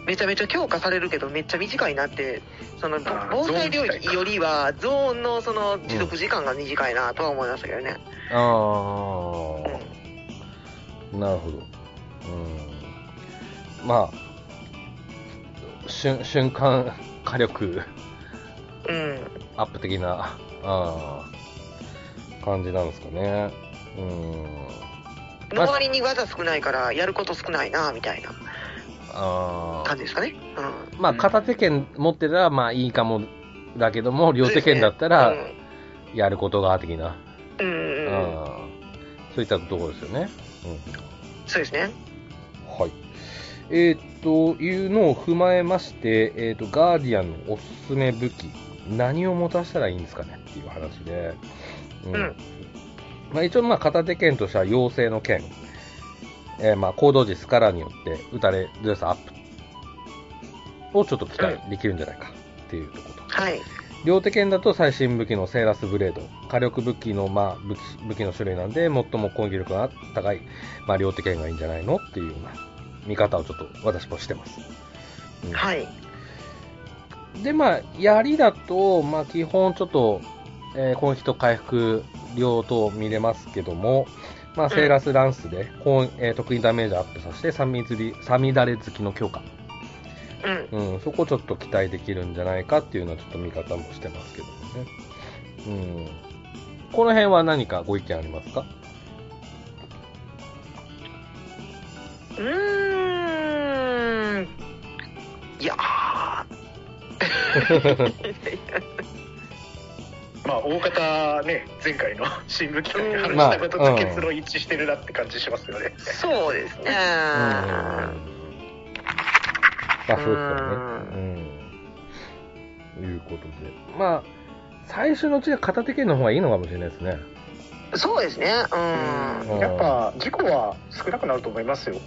C: めちゃめちゃ強化されるけどめっちゃ短いなってそのぼ
B: あー
C: 防災領
B: ゾーン自体
C: 域
B: か
C: よりはゾーンのその持続時間が短いなとは思いましたけどね、
A: あ
C: うん
A: ー、なるほど。うん。まあ、瞬瞬間火力
C: うん、
A: アップ的な、あー感じなんですかね。うん。
C: の割に技少ないからやること少ないなみたいな
A: あー
C: 感じですかね、うん、
A: まあ、片手剣持ってたら、まあいいかも、だけども、両手剣だったら、やることが、的な。
C: うん、うん
A: う
C: うんんうん、
A: そういったところですよね。うん。
C: そうですね
A: はい。えーっと、いうのを踏まえまして、えーっと、ガーディアンのおすすめ武器、何を持たせたらいいんですかねっていう話で、うん。
C: うん
A: まあ、一応、まあ、片手剣としては、妖精の剣。えーまあ、行動時スカラーによって、打たれ、ドレスアップをちょっと期待できるんじゃないかっていうところと。
C: はい
A: 両手剣だと最新武器のセーラスブレード、火力武器の、まあ、武器武器の種類なんで、最も攻撃力が高い、まあ、両手剣がいいんじゃないのっていうような見方をちょっと私もしてます。うん
C: はい
A: で、まあ、槍だと、まあ、基本ちょっと、えー攻撃と回復両方見れますけども、まあ、セーラスランスで、こうえー得意ダメージアップさせて、三乱り三乱れ付きの強化。
C: うん
A: うん、そこちょっと期待できるんじゃないかっていうのはちょっと見方もしてますけどね。うん。この辺は何かご意見ありますか
C: うーんいやー
B: まあ大方ね前回の新武器会で話したこと
A: まあう
B: と
A: ん
B: 結論一致してるなって感じしますよね、
C: そうです
A: うん。
C: ね。
A: まあそうですよね。うん。いうことで。まあ、最初のうちは片手剣の方がいいのかもしれないですね。
C: そうですね。うん。
A: うん
B: やっぱ事故は少なくなると思います
A: う
B: よ
A: ん。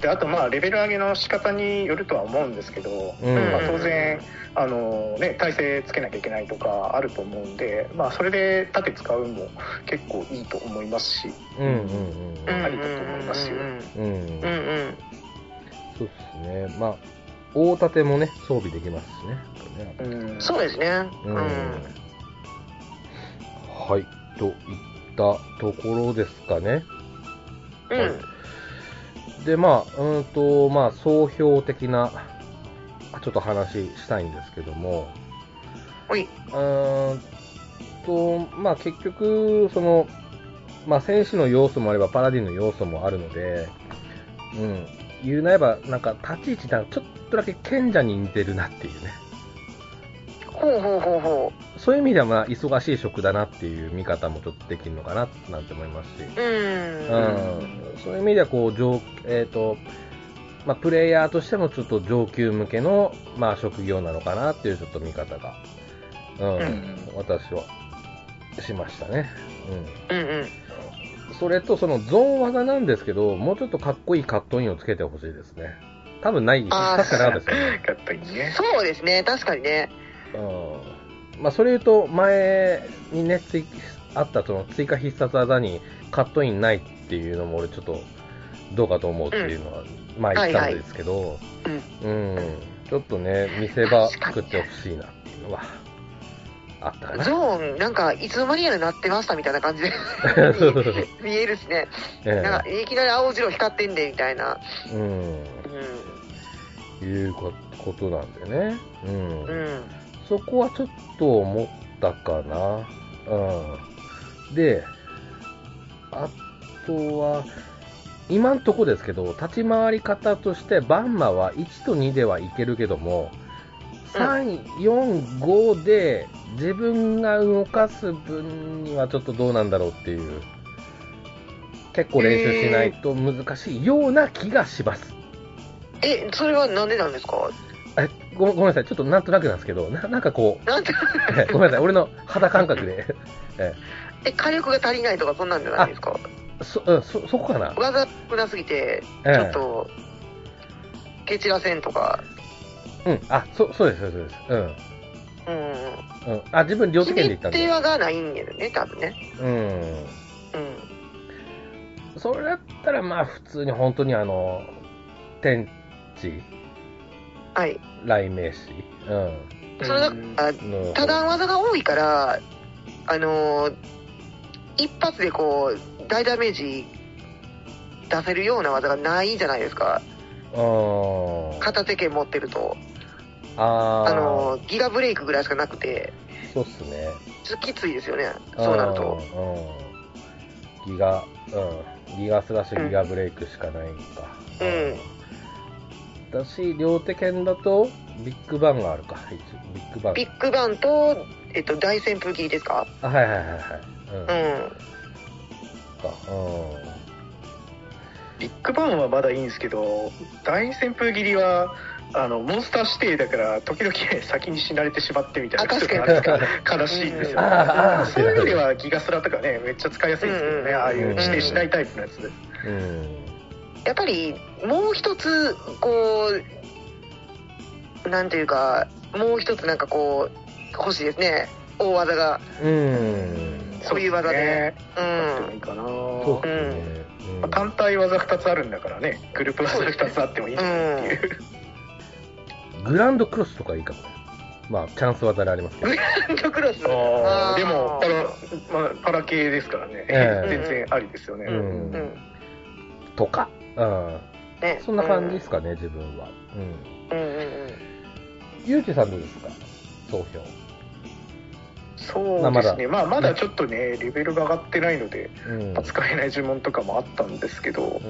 B: であとまあレベル上げの仕方によるとは思うんですけど、
A: うん
B: まあ、当然あの、ね、体勢つけなきゃいけないとかあると思うんで、まあ、それで盾使うのも結構いいと思いますし
A: うん
C: う
A: うん
C: ん
B: ありだと思いますよ
C: う
A: う
C: ん
A: ん。うん
C: うん。う。ん
A: そうですね。まあ、大盾もね、装備できますしね。
B: うん
C: そうですね。う
A: うん
C: ん。
A: はい、といったところですかね。
C: うん、
A: はいで、まあ、うーんと、まあ、総評的な、ちょっと話したいんですけども、
C: おいう
A: ーんと、まあ、結局、その、まあ、戦士の要素もあれば、パラディンの要素もあるので、うん、言うなれば、なんか、立ち位置、なんかちょっとだけ賢者に似てるなっていうね。
C: ほうほうほうほ
A: そういう意味では、まあ、忙しい職だなっていう見方もちょっとできるのかな、なんて思いますし。
C: ううん
A: うんそういう意味ではこう上、えーとまあ、プレイヤーとしてもちょっと上級向けの、まあ、職業なのかなっていうちょっと見方が、うん
B: ん
A: 私はしましたね、
C: うんうん
A: うん、それとそのゾーン技なんですけどもうちょっとかっこいいカットインをつけてほしいですね多分ない
C: あー
A: 確かなかったですよね、
B: かったりね
C: そうですね確かにね
A: うんまあ、それ言うと前にねついあったその追加必殺技にカットインないっていうのも俺ちょっとどうかと思うっていうのは、まあ言ったんですけど、うん、ちょっとね、見せ場作ってほしいなっていうのは、あったかな。
C: ゾーンなんかいつの間にやらなってましたみたいな感じで 見えるしね
A: え
C: なんかいきなり青白光ってんでみたいな
A: えうん、
C: う
A: いうこことなんでね、うん
C: んうん
A: そこはちょっと思ったかな。うん。で、あとは、今んとこですけど、立ち回り方として、バンマは1と2ではいけるけども、3、4、5で自分が動かす分にはちょっとどうなんだろうっていう、結構練習しないと難しいような気がします。
C: えそれはなんでなんですか
A: えごごめんなさい、ちょっとなんとなくなんですけど、ななんかこう、
C: なんで
A: え ごめんなさい、俺の肌感覚 で。
C: え火力が足りないとかそんなんじゃないですか
A: そ、うん、そ、そこかな。
C: 技少なすぎてち
A: ええ
C: ょっと蹴散らせんとか
A: うん、あ、そ、そうです、そうです。うん。
C: うん
A: うん、あ、自分、両手剣で行ったん
C: 決め
A: で。
C: 手がないんやろね多分ね
A: うん。
C: うん
A: それだったら、まあ、普通に本当にあの、天地、
C: はい
A: 雷鳴士、
C: それだ
B: うん
C: あ
A: うん。の
C: 多段技が多いから、あのー一発でこう、大ダメージ出せるような技がないじゃないですか。
A: うん。
C: 片手剣持ってると。
A: あー
C: あのーギガブレイクぐらいしかなくて、
A: そうっすね。
C: ちょっときついですよね。そうなると。
A: うん。うん。ギガ、うん。ギガスラッシュギガブレイクしかないんか。うん。だし、両手剣だと、ビッグバンがあるか。一ビッグバン。
C: ビッグバンと、えっと、大旋風切りですか
A: あ、はいはいはいはい。うん。
C: うん。
A: か。うん。
B: ビッグバンはまだいいんですけど大旋風切りはあのモンスター指定だから時々ね先に死なれてしまってみたい
C: あ
B: な
C: 確かに
B: ちょっとなんか悲しいんですよ、
C: うん
A: あーあー
B: そういうよりはギガスラとかねめっちゃ使いやすいんですけどね、
C: うん
B: ああいう指定しないタイプのやつ、
A: うん。
C: やっぱり、もう一つ、こう、なんていうか、もう一つなんかこう、欲しいですね。大技が。
A: うん。
C: そういう技でう
B: あって
C: ん
B: もい。いかな、
A: そうですね。うん
B: まあ単体技2つあるんだからねグループ技2つあってもいいんじゃないって いう
A: グランドクロスとかいいかもね。まあ、チャンス技でありますけど。
C: クロス。
B: あ
C: あー
B: ーでもパラ、まあ、パラ系ですからね、
A: え
C: え
B: 全然ありですよね、
A: うん
C: うん
A: とか。うん。
C: ね、
A: そんな感じですかね、自分は。うん。
C: うんうんうん
A: ゆうちさんどうですか総評。
B: そうですねまあまだちょっとねレベルが上がってないので、
A: うん。
B: 使えない呪文とかもあったんですけど
A: う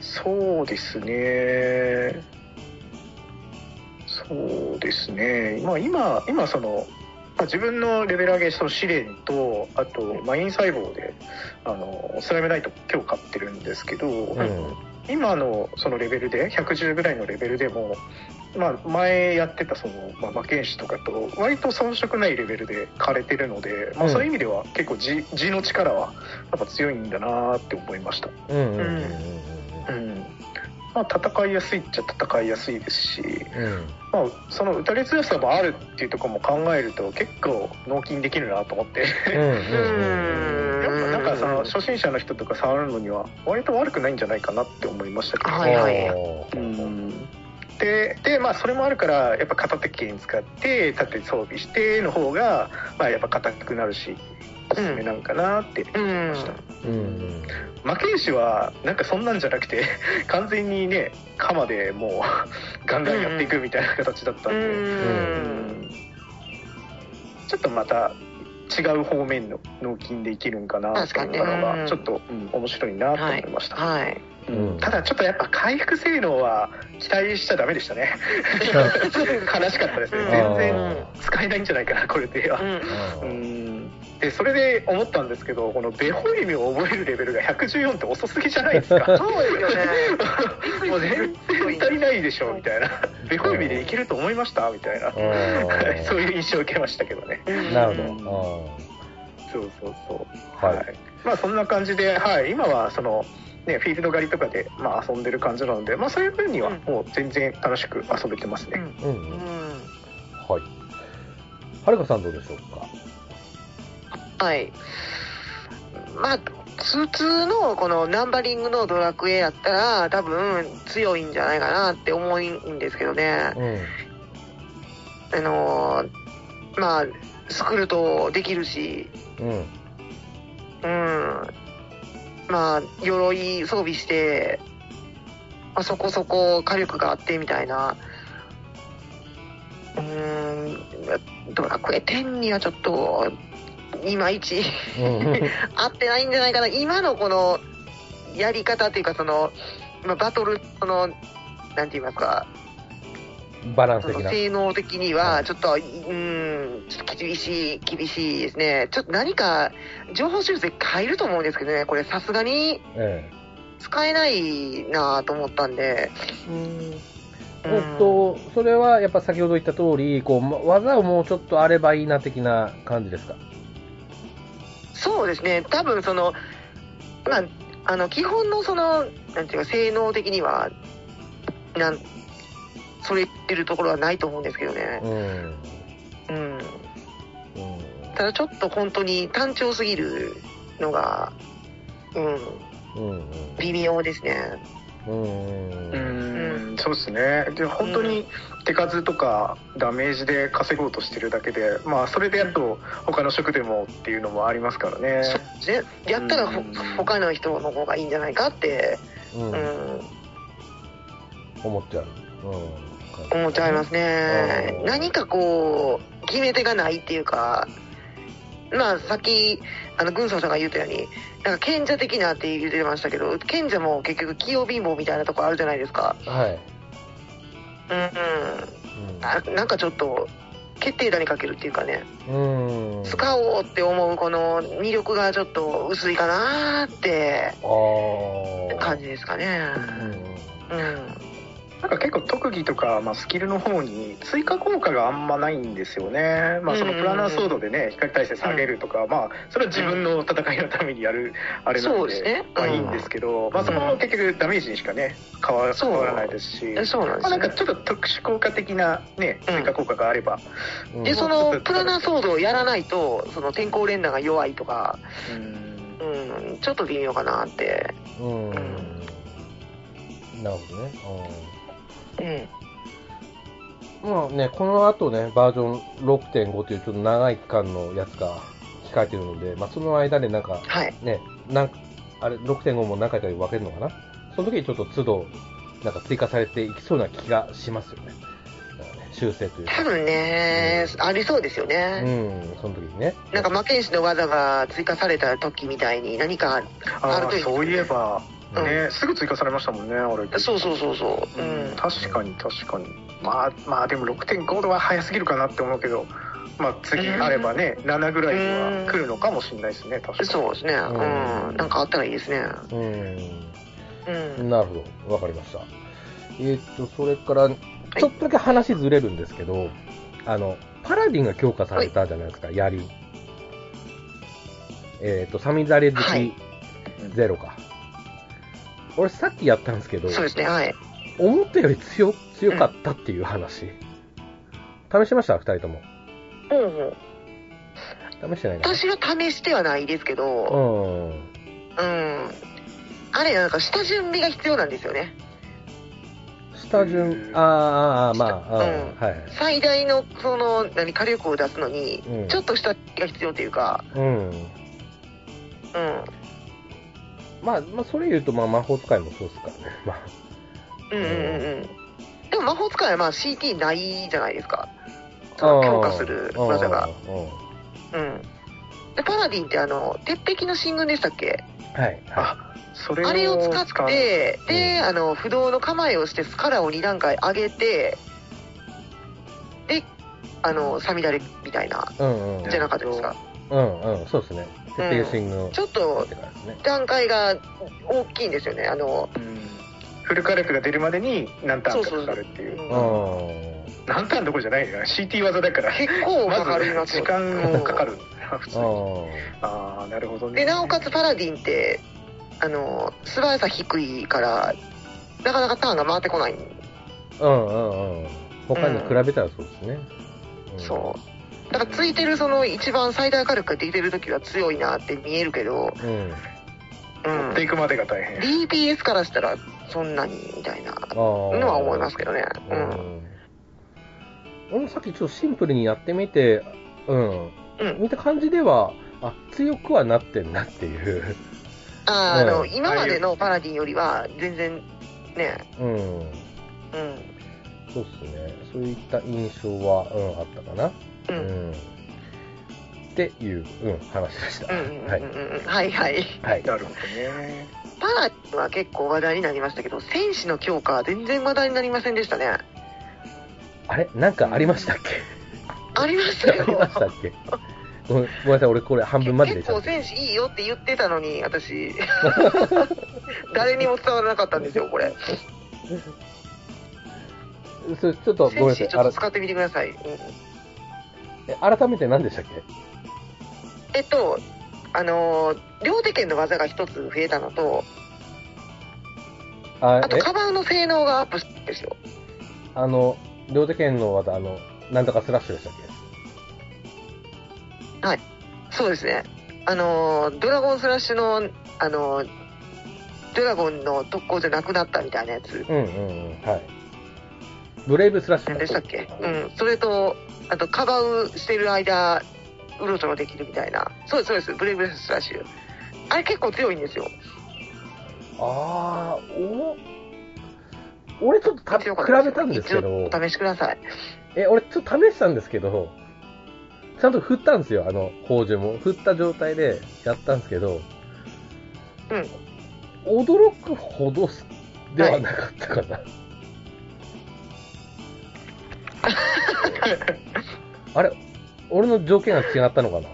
B: そうですねそうですねまあ今今そのまあ自分のレベル上げその試練とあとマイン細胞であのスライムナイト今日買ってるんですけど、
A: ん。うん。
B: 今のそのレベルで110ぐらいのレベルでも、まあ、前やってたその、まあ、魔剣士とかと割と遜色ないレベルで枯れてるので、ま
A: うん
B: あ、そういう意味では結構地地の力はやっぱ強いんだなって思いました、
A: うん。うん。うん。
B: うんまあ、戦いやすいっちゃ戦いやすいですし、
A: うん。
B: まあ、その打たれ強さもあるっていうところも考えると結構納金できるなと思って
A: うん。
B: やっぱなんかそ
C: うん
B: の初心者の人とか触るのには割と悪くないんじゃないかなって思いましたけど、
C: はいはい
B: うんででまあそれもあるからやっぱ片手剣使って縦装備しての方がまあやっぱ硬くなるしおすすめなのかなって
C: うん
B: 思いました、
A: うん
B: 負け石はなんかそんなんじゃなくて 完全にね鎌でもう ガンガンやっていくみたいな形だったん
C: う
B: で、
C: ん
B: ちょっとまた違う方面の納金で生きるんかなって思ったの
C: 確かに
B: がちょっと、うん面白いなと思いました、
C: はい
B: うんただちょっとやっぱ回復性能は期待しちゃダメでしたね悲しかったですね
C: うん
B: 全
A: あ
B: 然
A: ー
B: 使えないんじゃないかなこれでは
C: う、ん
B: う
A: うん
B: んでそれで思ったんですけどこのベホイミを覚えるレベルが114って遅すぎじゃないですか
C: そうです よね
B: もう全然足りないでしょみたいなベホイミでいけると思いましたみたいな そういう印象を受けましたけどね
A: なるほ
B: そうそうそう
A: ど。
B: は、
A: はいい。
B: まあそんな感じで、はい、今はそのねフィールド狩りとかでまあ遊んでる感じなので、まあそういう分には
C: うん
B: もう全然楽しく遊べてます
C: う
B: ね。
C: ん
A: う。
C: うんん
A: はい。はるかさんどうでしょうか
C: はいまあ普通のこのナンバリングのドラクエやったら多分強いんじゃないかなって思うんですけどね
A: うん。
C: あのーまあ作るとできるし
A: うん。
C: うんまあ鎧装備して、まあ、そこそこ火力があってみたいなうんドラクエ10にはちょっといまいち
A: うん。
C: 合ってないんじゃないかな今のこのやり方っていうかその、まあ、バトルそのなんて言いますか
A: バランス
C: そ
A: 的
C: の
A: な。
C: 性能的に
A: は
C: はいちょっと、うんちょっと厳しい厳しいですねちょっと何か情報修正変えると思うんですけどねこれさすがに
A: え
C: 使えないなぁと思ったんで
A: え。うん。
C: うん
A: おっと、それはやっぱ先ほど言った通り、こうま、技をもうちょっとあればいいな的な感じですか
C: そうですね多分そのまああの基本のそのなんていうか性能的にはなんそれってるところはないと思うんですけどね
A: う、ん。
C: うん、
A: うん。
C: ただちょっと本当に単調すぎるのがうん
A: うん。
C: 微妙ですね
A: うん。
B: う
A: うん。
B: ん、そうですね。で本当に手数とかダメージで稼ごうとしてるだけで、まあそれでやっと他の職でもっていうのもありますからね。
C: そうですね。やったらほ、
B: うん
C: 他の人の方がいいんじゃないかって、
A: う。
C: うんん、
A: 思っちゃう。うん。
C: 思っちゃいますね
A: う。ん
C: 何かこう、決め手がないっていうか、まあさっき、あの、軍曹さんが言ったように、なんか賢者的なって言ってましたけど、賢者も結局器用貧乏みたいなとこあるじゃないですか。
A: はい。
C: うん、うんあ。なんかちょっと、決定打にかけるっていうかね、
A: うん。うん。
C: 使おうって思うこの魅力がちょっと薄いかなーって
A: ああ。
C: 感じですかね。うん。
B: なんか結構特技とか、まあ、スキルの方に追加効果があんまないんですよね。まあ、その
C: うんうんうん
B: プラナーソードでね、光耐性下げるとか、まあ、それは自分の戦いのためにやる、あれなんで、
C: そうですね
B: まあいいんですけど、まあ、そこも結局ダメージにしかね、変わ
C: そう
B: 変わらないですし、
C: えそうなんで
B: まあ、
C: す
B: なん
C: よ
B: か
C: ね。
B: ちょっと特殊効果的なね、
C: うん
B: 追加効果があれば、
A: うん。
C: で、そのプラナーソードをやらないと、その天候連打が弱いとか、
B: うん
C: うん、ちょっと微妙かなって。
A: うん。
C: ん
A: なるほどね。
C: うん。
A: うん。まあね、この後ね、バージョン6.5というちょっと長い期間のやつが控えてるので、まあその間でなんか、
C: はい。
A: ね、なんかあれ、6.5も何回かに分けるのかなその時にちょっと都度、なんか追加されていきそうな気がしますよね。だからね修正という
C: 多
A: か。
C: 分ね、ありそうですよ
A: う
C: ね。
A: ん、その時にね。
C: なんか、魔剣士の技が追加された時みたいに何か、あ
B: あ
C: ると
B: ー
C: いいですね
B: そういえば、
A: うん
B: ね、すぐ追加されましたもんね、俺。
C: そうそうそうそう。
B: う
C: う
B: ん
C: ん。
B: 確かに確かにまあまあでも6.5度は早すぎるかなって思うけどまあ次あればね、7ぐらいには来るのかもしれないですね確かに
C: そうですね。うん
A: うん。
C: なんかあったらいいですね。
A: うん。
C: うん。
A: なるほど、わかりました。えーっと、それから、ちょっとだけ話ずれるんですけど、あの、パラディンが強化されたじゃないですか、槍。えーっと、サミザレ好
C: はい
A: きゼロか。俺さっきやったんですけど、
C: そうですね。はい。
A: 思ったより強、強かったっていう話。試しました二人とも。
C: ほうほう
A: 試してないかな
C: 私は試してはないですけ
A: う
C: ど、
A: ん。
C: うん。あれ、なんか下準備が必要なんですよね。
A: 下順、あーあー、まあ、あーはい。
C: 最大のその何火力を出すのに、
A: うん
C: ちょっと下が必要というか、
A: うん。
C: うん、
A: まあ、まあ、それ言うと、まあ、魔法使いもそうですからね。 まあ、
C: うんうんうんうんでも魔法使いはまあ CT ないじゃないですかその強化する技が
A: あー。うん
C: うんでパラディンってあの鉄壁の進軍でしたっけ
A: はい。は
B: あそれ
C: あれを使
B: 使
C: っ
B: う
C: てで、
A: うん。
C: あの不動の構えをしてスカラを2段階上げてであのサミダレみたいない
A: うんうん。
C: じゃなかったですか
A: うんうん。そうですね。徹底シングの。
C: ちょっと
A: って感じですね。
C: 段階が大きいんですよねあの
B: うんフル火力が出るまでに何ターンかかかるっていう
C: そうそう
A: うん。
B: 何ターンどころじゃないよな CT 技だから
C: 結構かかり
B: ま
C: ま
B: ず
C: す
B: 時
C: よ
B: 間もかかる普通に
A: うん
B: ああなるほどね
C: でなおかつパラディンってあの素早さ低いからなかなかターンが回ってこない、
A: うんうんうん。他に比べたらそうですね。ん
C: そうだからついてるその一番最大火力が出てる時は強いなって見えるけど、
A: うん。
C: う
B: 持ってい
C: ん、
B: くまでが大変
C: DPS からしたらそんなにみたいな
A: あー
C: のは思いますけどねう
A: うんん。俺もさっきちょっとシンプルにやってみて、うん。
C: うん
A: 見た感じでは、あ、強くはなってんなっていう。
C: あーあ
A: う
C: の
A: ん
C: 今までのパラディンよりは全然ね
A: うん。
C: うん
A: そうっすね。そういった印象は、うん、あったかな。
C: うんうん
A: うん。っていう、うん、話でした。
C: うんうん
A: はい。
C: うんうんはいはい
A: はい。
B: なるほどね
C: パラディンは結構話題になりましたけど戦士の強化は全然話題になりませんでしたね
A: あれなんかありましたっけ
C: ありまし
A: あ
C: たよ
A: りましたっけごめんごめんなさい、俺これ 半分まで出
C: 結
A: ちゃ
C: 構
A: った。
C: 選手いいよって言ってたのに 私 誰にも伝わらなかったんですよこれ
A: それちょっとごめんな
C: 選
A: さ
C: 手
A: い。
C: ちょっと使ってみてください、うん
A: あら改めて何でしたっけ
C: えっとあのー両手剣の技が一つ増えたのと
A: あ
C: あと
A: え
C: カバンの性能がアップしたんですよ
A: あの、両手剣の技、あの、なんとかスラッシュでしたっ
C: そうですねあのードラゴンスラッシュのあのードラゴンの特攻じゃなくなったみたいなやつ
A: けうんうんうん、はい。ブレイブスラッシュ
C: 何でしたっけう
A: うん
C: んそれとあとカバウしてる間うろちょろできるみたいなそうですそうですブレイブスラッシュあれ結構強いんですよ
A: あー、お俺ちょっとた比
C: 強かった
A: べたんですけど
C: 一応、お試しください
A: え、俺ちょっと試したんですけど、ちゃんと振ったんですよ、あの、宝珠も。振った状態でやったんですけど、
C: うん
A: 驚くほどではなかったかな。あれ俺の条件が違ったのかな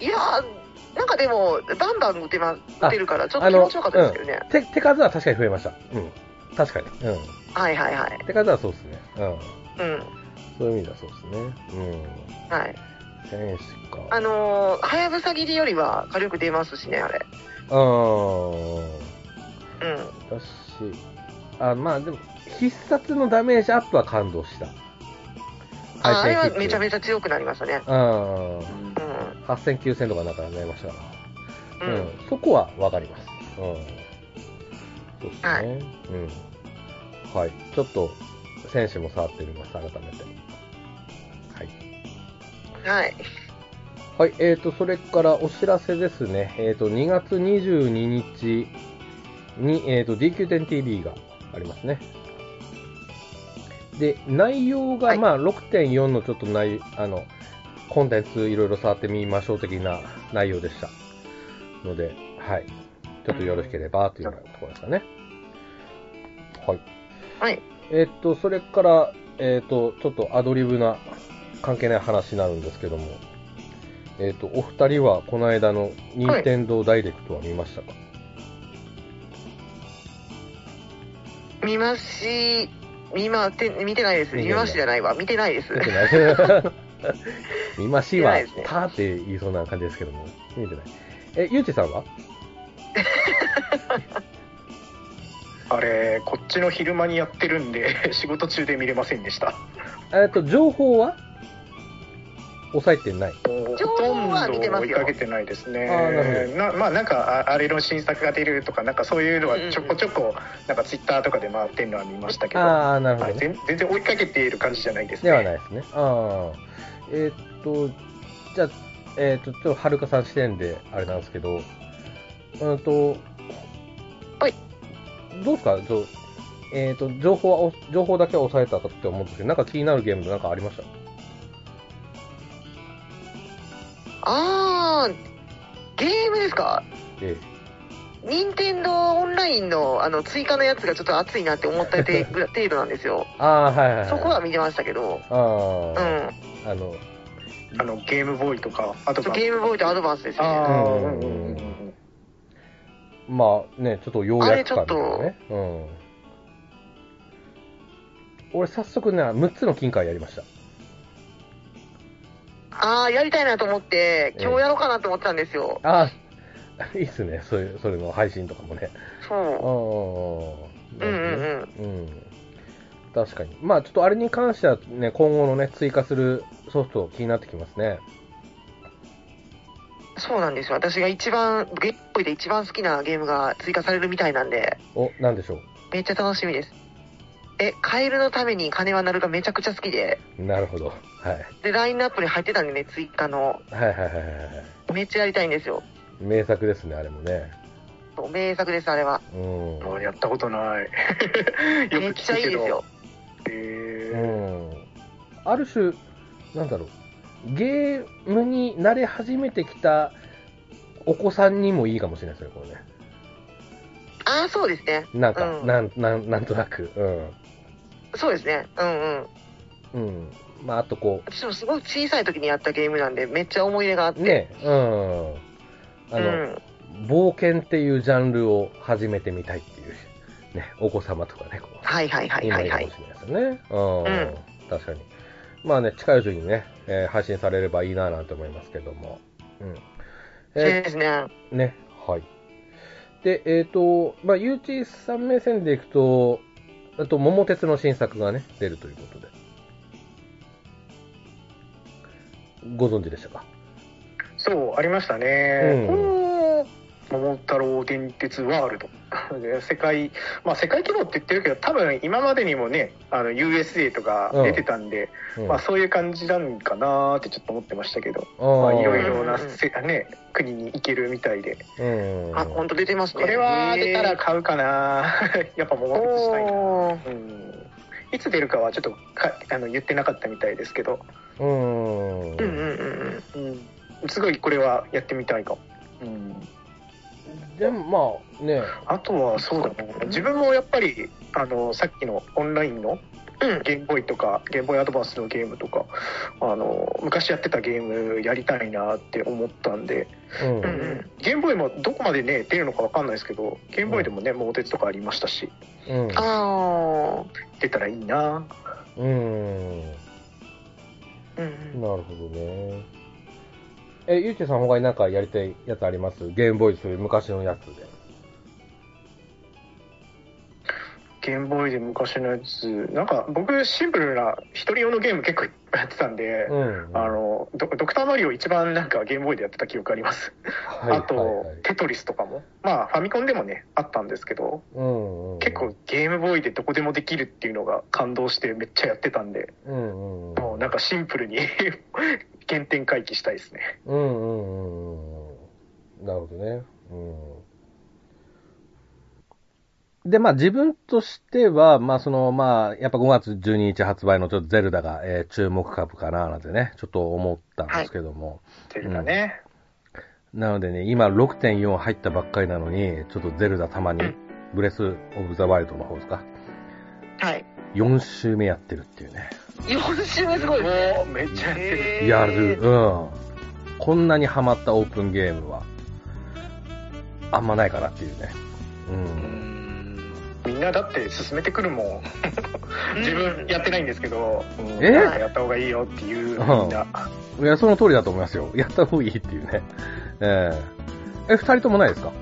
A: い
C: やーなんかでもバンバン打て,、ま、打てるからちょっ
A: あ
C: と気
A: の
C: 持ちよかったですけどね
A: 手手数は確かに増えました。うん。確かに。うん。
C: はいはいはい
A: 手数はそうですね。うん。
C: うん
A: そういう意味ではそうですね。うん。
C: はい
A: 戦士か。
C: あのーはやぶさ切りよりは火力出ますしねあれ
A: うん。
C: うん
A: だし、あ、まあでも、必殺のダメージアップは感動した。
C: ああれはめちゃめ
A: ち
C: ちゃ強くなりましたね
A: ゃ。うん。
C: うん
A: 8000、9000とかなんかになりましたから。
C: うん、
A: うん、そこはわかります。うん。そうですね。
C: はい
A: うん。はい。ちょっと、選手も触ってみます、改めて。はい。
C: はい
A: はい、えーと、それからお知らせですね。えーと、2月22日に、えーと、DQ10TV がありますね。で、内容が、
C: はい
A: まあ、6.4のちょっと内、あの、コンテンツいろいろ触ってみましょう的な内容でした。ので、はい。ちょっとよろしければというようなところですかね。はい。
C: はい
A: えっと、それから、えっと、ちょっとアドリブな関係ない話になるんですけども、えっと、お二人はこの間の任天堂ダイレクトは見ましたか、
C: 見ますし見まて見てないです
A: 見てない
C: 見ましじゃないわ見てないです
A: 見てない。 見ましは
C: 見てないですね、
A: たーって言いそうな感じですけども、見てない。え、ゆうちさんは
B: あれこっちの昼間にやってるんで 仕事中で見れませんでした
A: えっと、情報は抑えてない。
B: もう
C: 情報は見てます
B: 追い
C: よ
B: かけてないですね。
A: あーなるほ
B: なまあなんかああれの新作が出るとかなんかそういうのはちょこちょこなんかツイッターとかで回ってるのは見ましたけど、
A: ああ、なるほ
B: は
A: ど
B: い、
A: ね。
B: 全全然追いかけている感じじゃないですね。
A: ではないですね。ああ。えーっと、じゃあ、えーっと、ちょっとはるかさん視点であれなんですけど、うんと、
C: はい。
A: どうですかそうえーっと、情報はお、情報だけは抑えたかって思うんですけど、なんか気になるゲームなんかありました
C: あーゲームですか
A: え
C: 任天堂オンラインのあの追加のやつがちょっと熱いなって思ったてぐらい程度なんですよ
A: え。ああ、 はいはい、はい。
C: そこは見てましたけど
A: あ
C: う
A: あ、
C: ん
A: あの、
B: あのゲームボーイとかあと
C: そう
B: か
C: ゲームボーイとアドバンスです
B: あ
C: ね
B: あ、
A: う
B: うんんうんうんうん、
A: まあね、ちょっとようやく感みたいな
C: あれ
A: ね。うん。俺、早速ね、6つの金塊やりました。
C: ああやりたいなと思って今日やろうかなと思ってたんですよ
A: ああ、 いいっすね、そういう、それの配信とかもね。あ
C: そ
A: あ、
C: ううん
A: ん
C: うんうん
A: うん。うん。確かに。まあ、ちょっとあれに関してはね、今後のね、追加するソフト気になってきますね。
C: そうなんですよ私が一番ゲームボーイで一番好きなゲームが追加されるみたいなんで
A: お、なんでしょ
C: めっちゃ楽しみですえカエルのために金は鳴るがめちゃくちゃ好きで
A: う。なるほど。はい。
C: でラインナップに入ってたんでね追加の
A: はいはいはいはいはい。
C: めっちゃやりたいんですよ
A: 名作ですね、あれもね。
C: そう名作ですあれは
A: うん。
B: あーやったことない よく
C: めっち
B: 聞
C: ゃ
B: く
C: いい
B: け
C: ですよ
B: ど、えー
A: うん、ある種、なんだろう、ゲームに慣れ始めてきたお子さんにもいいかもしれないですね、これね。
C: ああそうですね
A: なんか、
C: うん
A: なんなんなんとなく、
C: そうですねうんうん
A: うん。うん。まあ、あとこ
C: 私もすごく小さい時にやったゲームなんでめっちゃ思い入れがあって
A: う、ね、うん。あの、
C: うん、
A: 冒険っていうジャンルを始めてみたいっていう、 ね、お子様とかね、こう
C: はいはいはい
A: 今
C: はい
A: い
C: い
A: いか
C: は
A: も
C: い
A: しれないですよね。うん。確かに。まあね、近いうちにね、えー配信されればいいななんて思いますけども。うん。
C: そう
A: えー
C: ですね
A: ね、はい。で、えっ、と、まあ、ゆうちさん目線でいくと、あと、桃鉄の新作がね、出るということで。ご存知でしたか
B: そうありましたね、
A: うん
B: おー桃太郎電鉄ワールド で世界まあ世界規模って言ってるけど多分今までにもねあの USJ とか出てたんで、
A: うん
B: まあそういう感じなんかなーってちょっと思ってましたけど、
A: あー
B: まあいろいろ
C: う
B: なんせ、ね、国に行けるみたいで
A: うん。
C: あ本当出てますね
B: これは出たら買うかな やっぱ桃鉄したいな
C: おー
B: うんいつ出るかはちょっとかあの言ってなかったみたいですけど、
A: うん。
C: うんうんうん
B: うん、すごいこれはやってみたいかも、うん、
A: でも、まあ、ね、
B: あとはそうだな自分もやっぱりあのさっきのオンラインの
C: うんうん
B: ゲームボーイとかゲームボーイアドバンスのゲームとかあの昔やってたゲームやりたいなって思ったんで
A: うん。
C: うん
B: ゲームボーイもどこまでね出るのかわかんないですけどゲームボーイでもね桃鉄とかありましたし
A: うん。
C: あ
B: 出たらいいな
A: うん。
C: あうんうん
A: なるほどね。え、ゆうちさん他になんかやりたいやつありますゲームボーイそういう昔のやつで。
B: ゲームボーイで昔のやつなんか僕シンプルな一人用のゲーム結構いっぱいやってたんで、
A: うん。
B: あ、のドドクターマリオ一番なんかゲームボーイでやってた記憶あります、
A: はい、
B: あと、
A: はいはい
B: テトリスとかもまあファミコンでもねあったんですけど
A: うんうん、
B: 結構、ゲームボーイでどこでもできるっていうのが感動してめっちゃやってたんで、
A: うんうん、
B: もうなんかシンプルに 原点回帰したいですね
A: うんうんうんうん、なるほどね。うん、で、まあ自分としては、まあその、まあやっぱ5月12日発売のちょっとゼルダが、えー注目株かななんてね、ちょっと思ったんですけども。
B: ていうかね、
A: なのでね、今6.4入ったばっかりなのに、ちょっとゼルダたまに、ブレス・オブ・ザ・ワイルドの方ですか、
C: はい
A: 4週目やってるっていうね。
C: 4週目すごいですね
B: もうめっちゃやってる、
C: へー
A: やる、うん。こんなにハマったオープンゲームは、あんまないかなっていうね。うん。
B: みんなだって進めてくるもん
C: うん
B: 自分やってないんですけど、うん
A: え
B: なんかやった方がいいよっていうみんな、
A: いや、その通りだと思いますよ。やった方がいいっていうね。えええ、二人ともないですか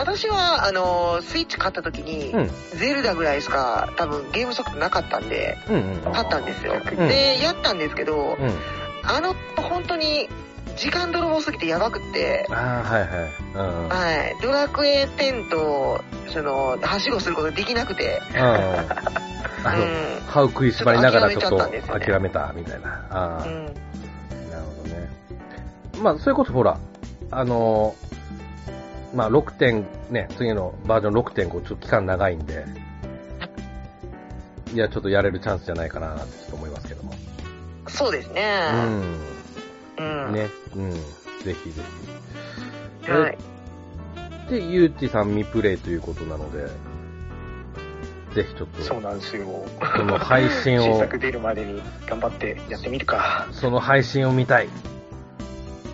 C: 私はあのースイッチ買った時に、
A: うん。
C: ゼルダぐらいしか多分ゲームソフトなかったんで
A: うんうん。
C: 買ったんですよ、
A: うん
C: でやったんですけど、
A: うん。
C: あの本当に時間泥棒すぎてやばくって、
A: ああ、はいはい。うんうん。
C: はい、ドラクエ10と、その、はしごすることできなくて、
A: あ
C: う
A: の、
C: ん。
A: 歯を食いしばりながらちょっと
C: ちょっと諦めちゃったんですよね
A: 諦めたみたいな。ああ
C: う、ん
A: なるほどね。まあ、それこそほら、あのーまあ、6点、ね、次のバージョン6.5、ちょっと期間長いんで、いや、ちょっとやれるチャンスじゃないかなってちょっと思いますけども。
C: そうです
A: う
C: ね。
A: ん。
C: うん。
A: ね、うん。ぜひぜひ。
C: はい。
A: で、ゆうちさん未プレイということなので、ぜひちょっと、
B: そうなんですよ。
A: その配信
B: 新
A: を、
B: 作出るまでに頑張ってやってみるか。
A: その配信を見たい。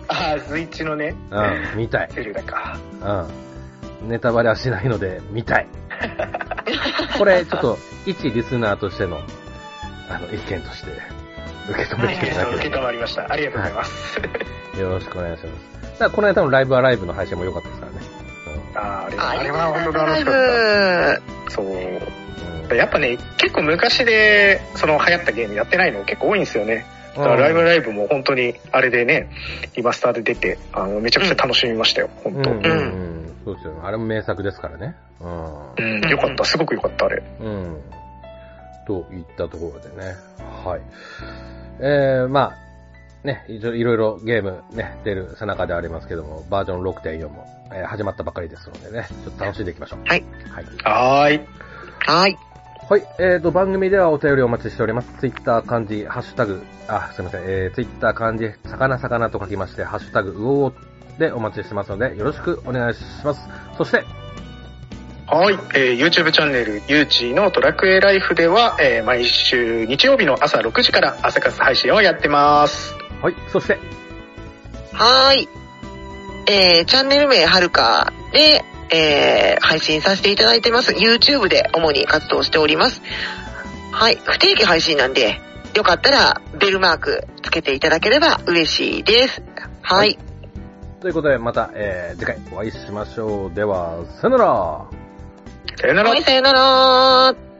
B: ああ、スイッチのね、
A: うん、見たい。
B: セルダか。
A: うん。ネタバレはしないので、見たい。これ、ちょっと、一リスナーとしての、あの、意見として、受け止めて
B: え
A: い
B: った
A: だ
B: と、受
A: け
B: け
A: れ
B: たまりました。ありがとうございます。
A: ばよろしくお願いします。だから、この間のライブアライブの配信も良かったですからね。
B: ああ、あれは、
C: あ
B: あ
C: り
B: れ
C: が
B: は
C: とう
B: 本
C: ご
B: 当楽
C: ざい
B: し
C: ま
B: かっ
C: す。
B: た。そう。
A: うん。
B: やっぱね、結構昔で、その流行ったゲームやってないの結構多いんですよね。だからライブライブも本当に、あれでね、リマスターで出て、あの、めちゃくちゃ楽しみましたよ、
A: う
B: 本
A: ん
B: 当。
A: う
B: うん
A: うんんうん。そうですよね。あれも名作ですからね。うん。
B: よかった、すごくよかった、あれ。
A: うん。といったところでね。はい。えー、まあ、ね、いろいろいろゲームね、出るさなかではありますけども、バージョン6.4も、えー始まったばかりですのでね、ちょっと楽しんでいきましょう。
C: はい。
A: はい。
B: はーい。
C: はい。
A: はい。えー、と、番組ではお便りをお待ちしております。ツイッター漢字、ハッシュタグ、あ、すいません、えー、ツイッター漢字、魚魚と書きまして、ハッシュタグ、うおうおでお待ちしてますので、よろしくお願いします。そして、
B: はい、えー YouTube チャンネル、ゆうちのドラクエライフでは、えー毎週日曜日の朝6時から朝活配信をやってます。
A: はい。そして、
C: はーい。えー、チャンネル名はるかで、えー、配信させていただいてます。YouTube で主に活動しております。はい。不定期配信なんで、よかったらベルマークつけていただければ嬉しいです。はい。
A: ということで、また、えー、次回お会いしましょう。では、さよなら
B: さよなら
C: はい、。さよなら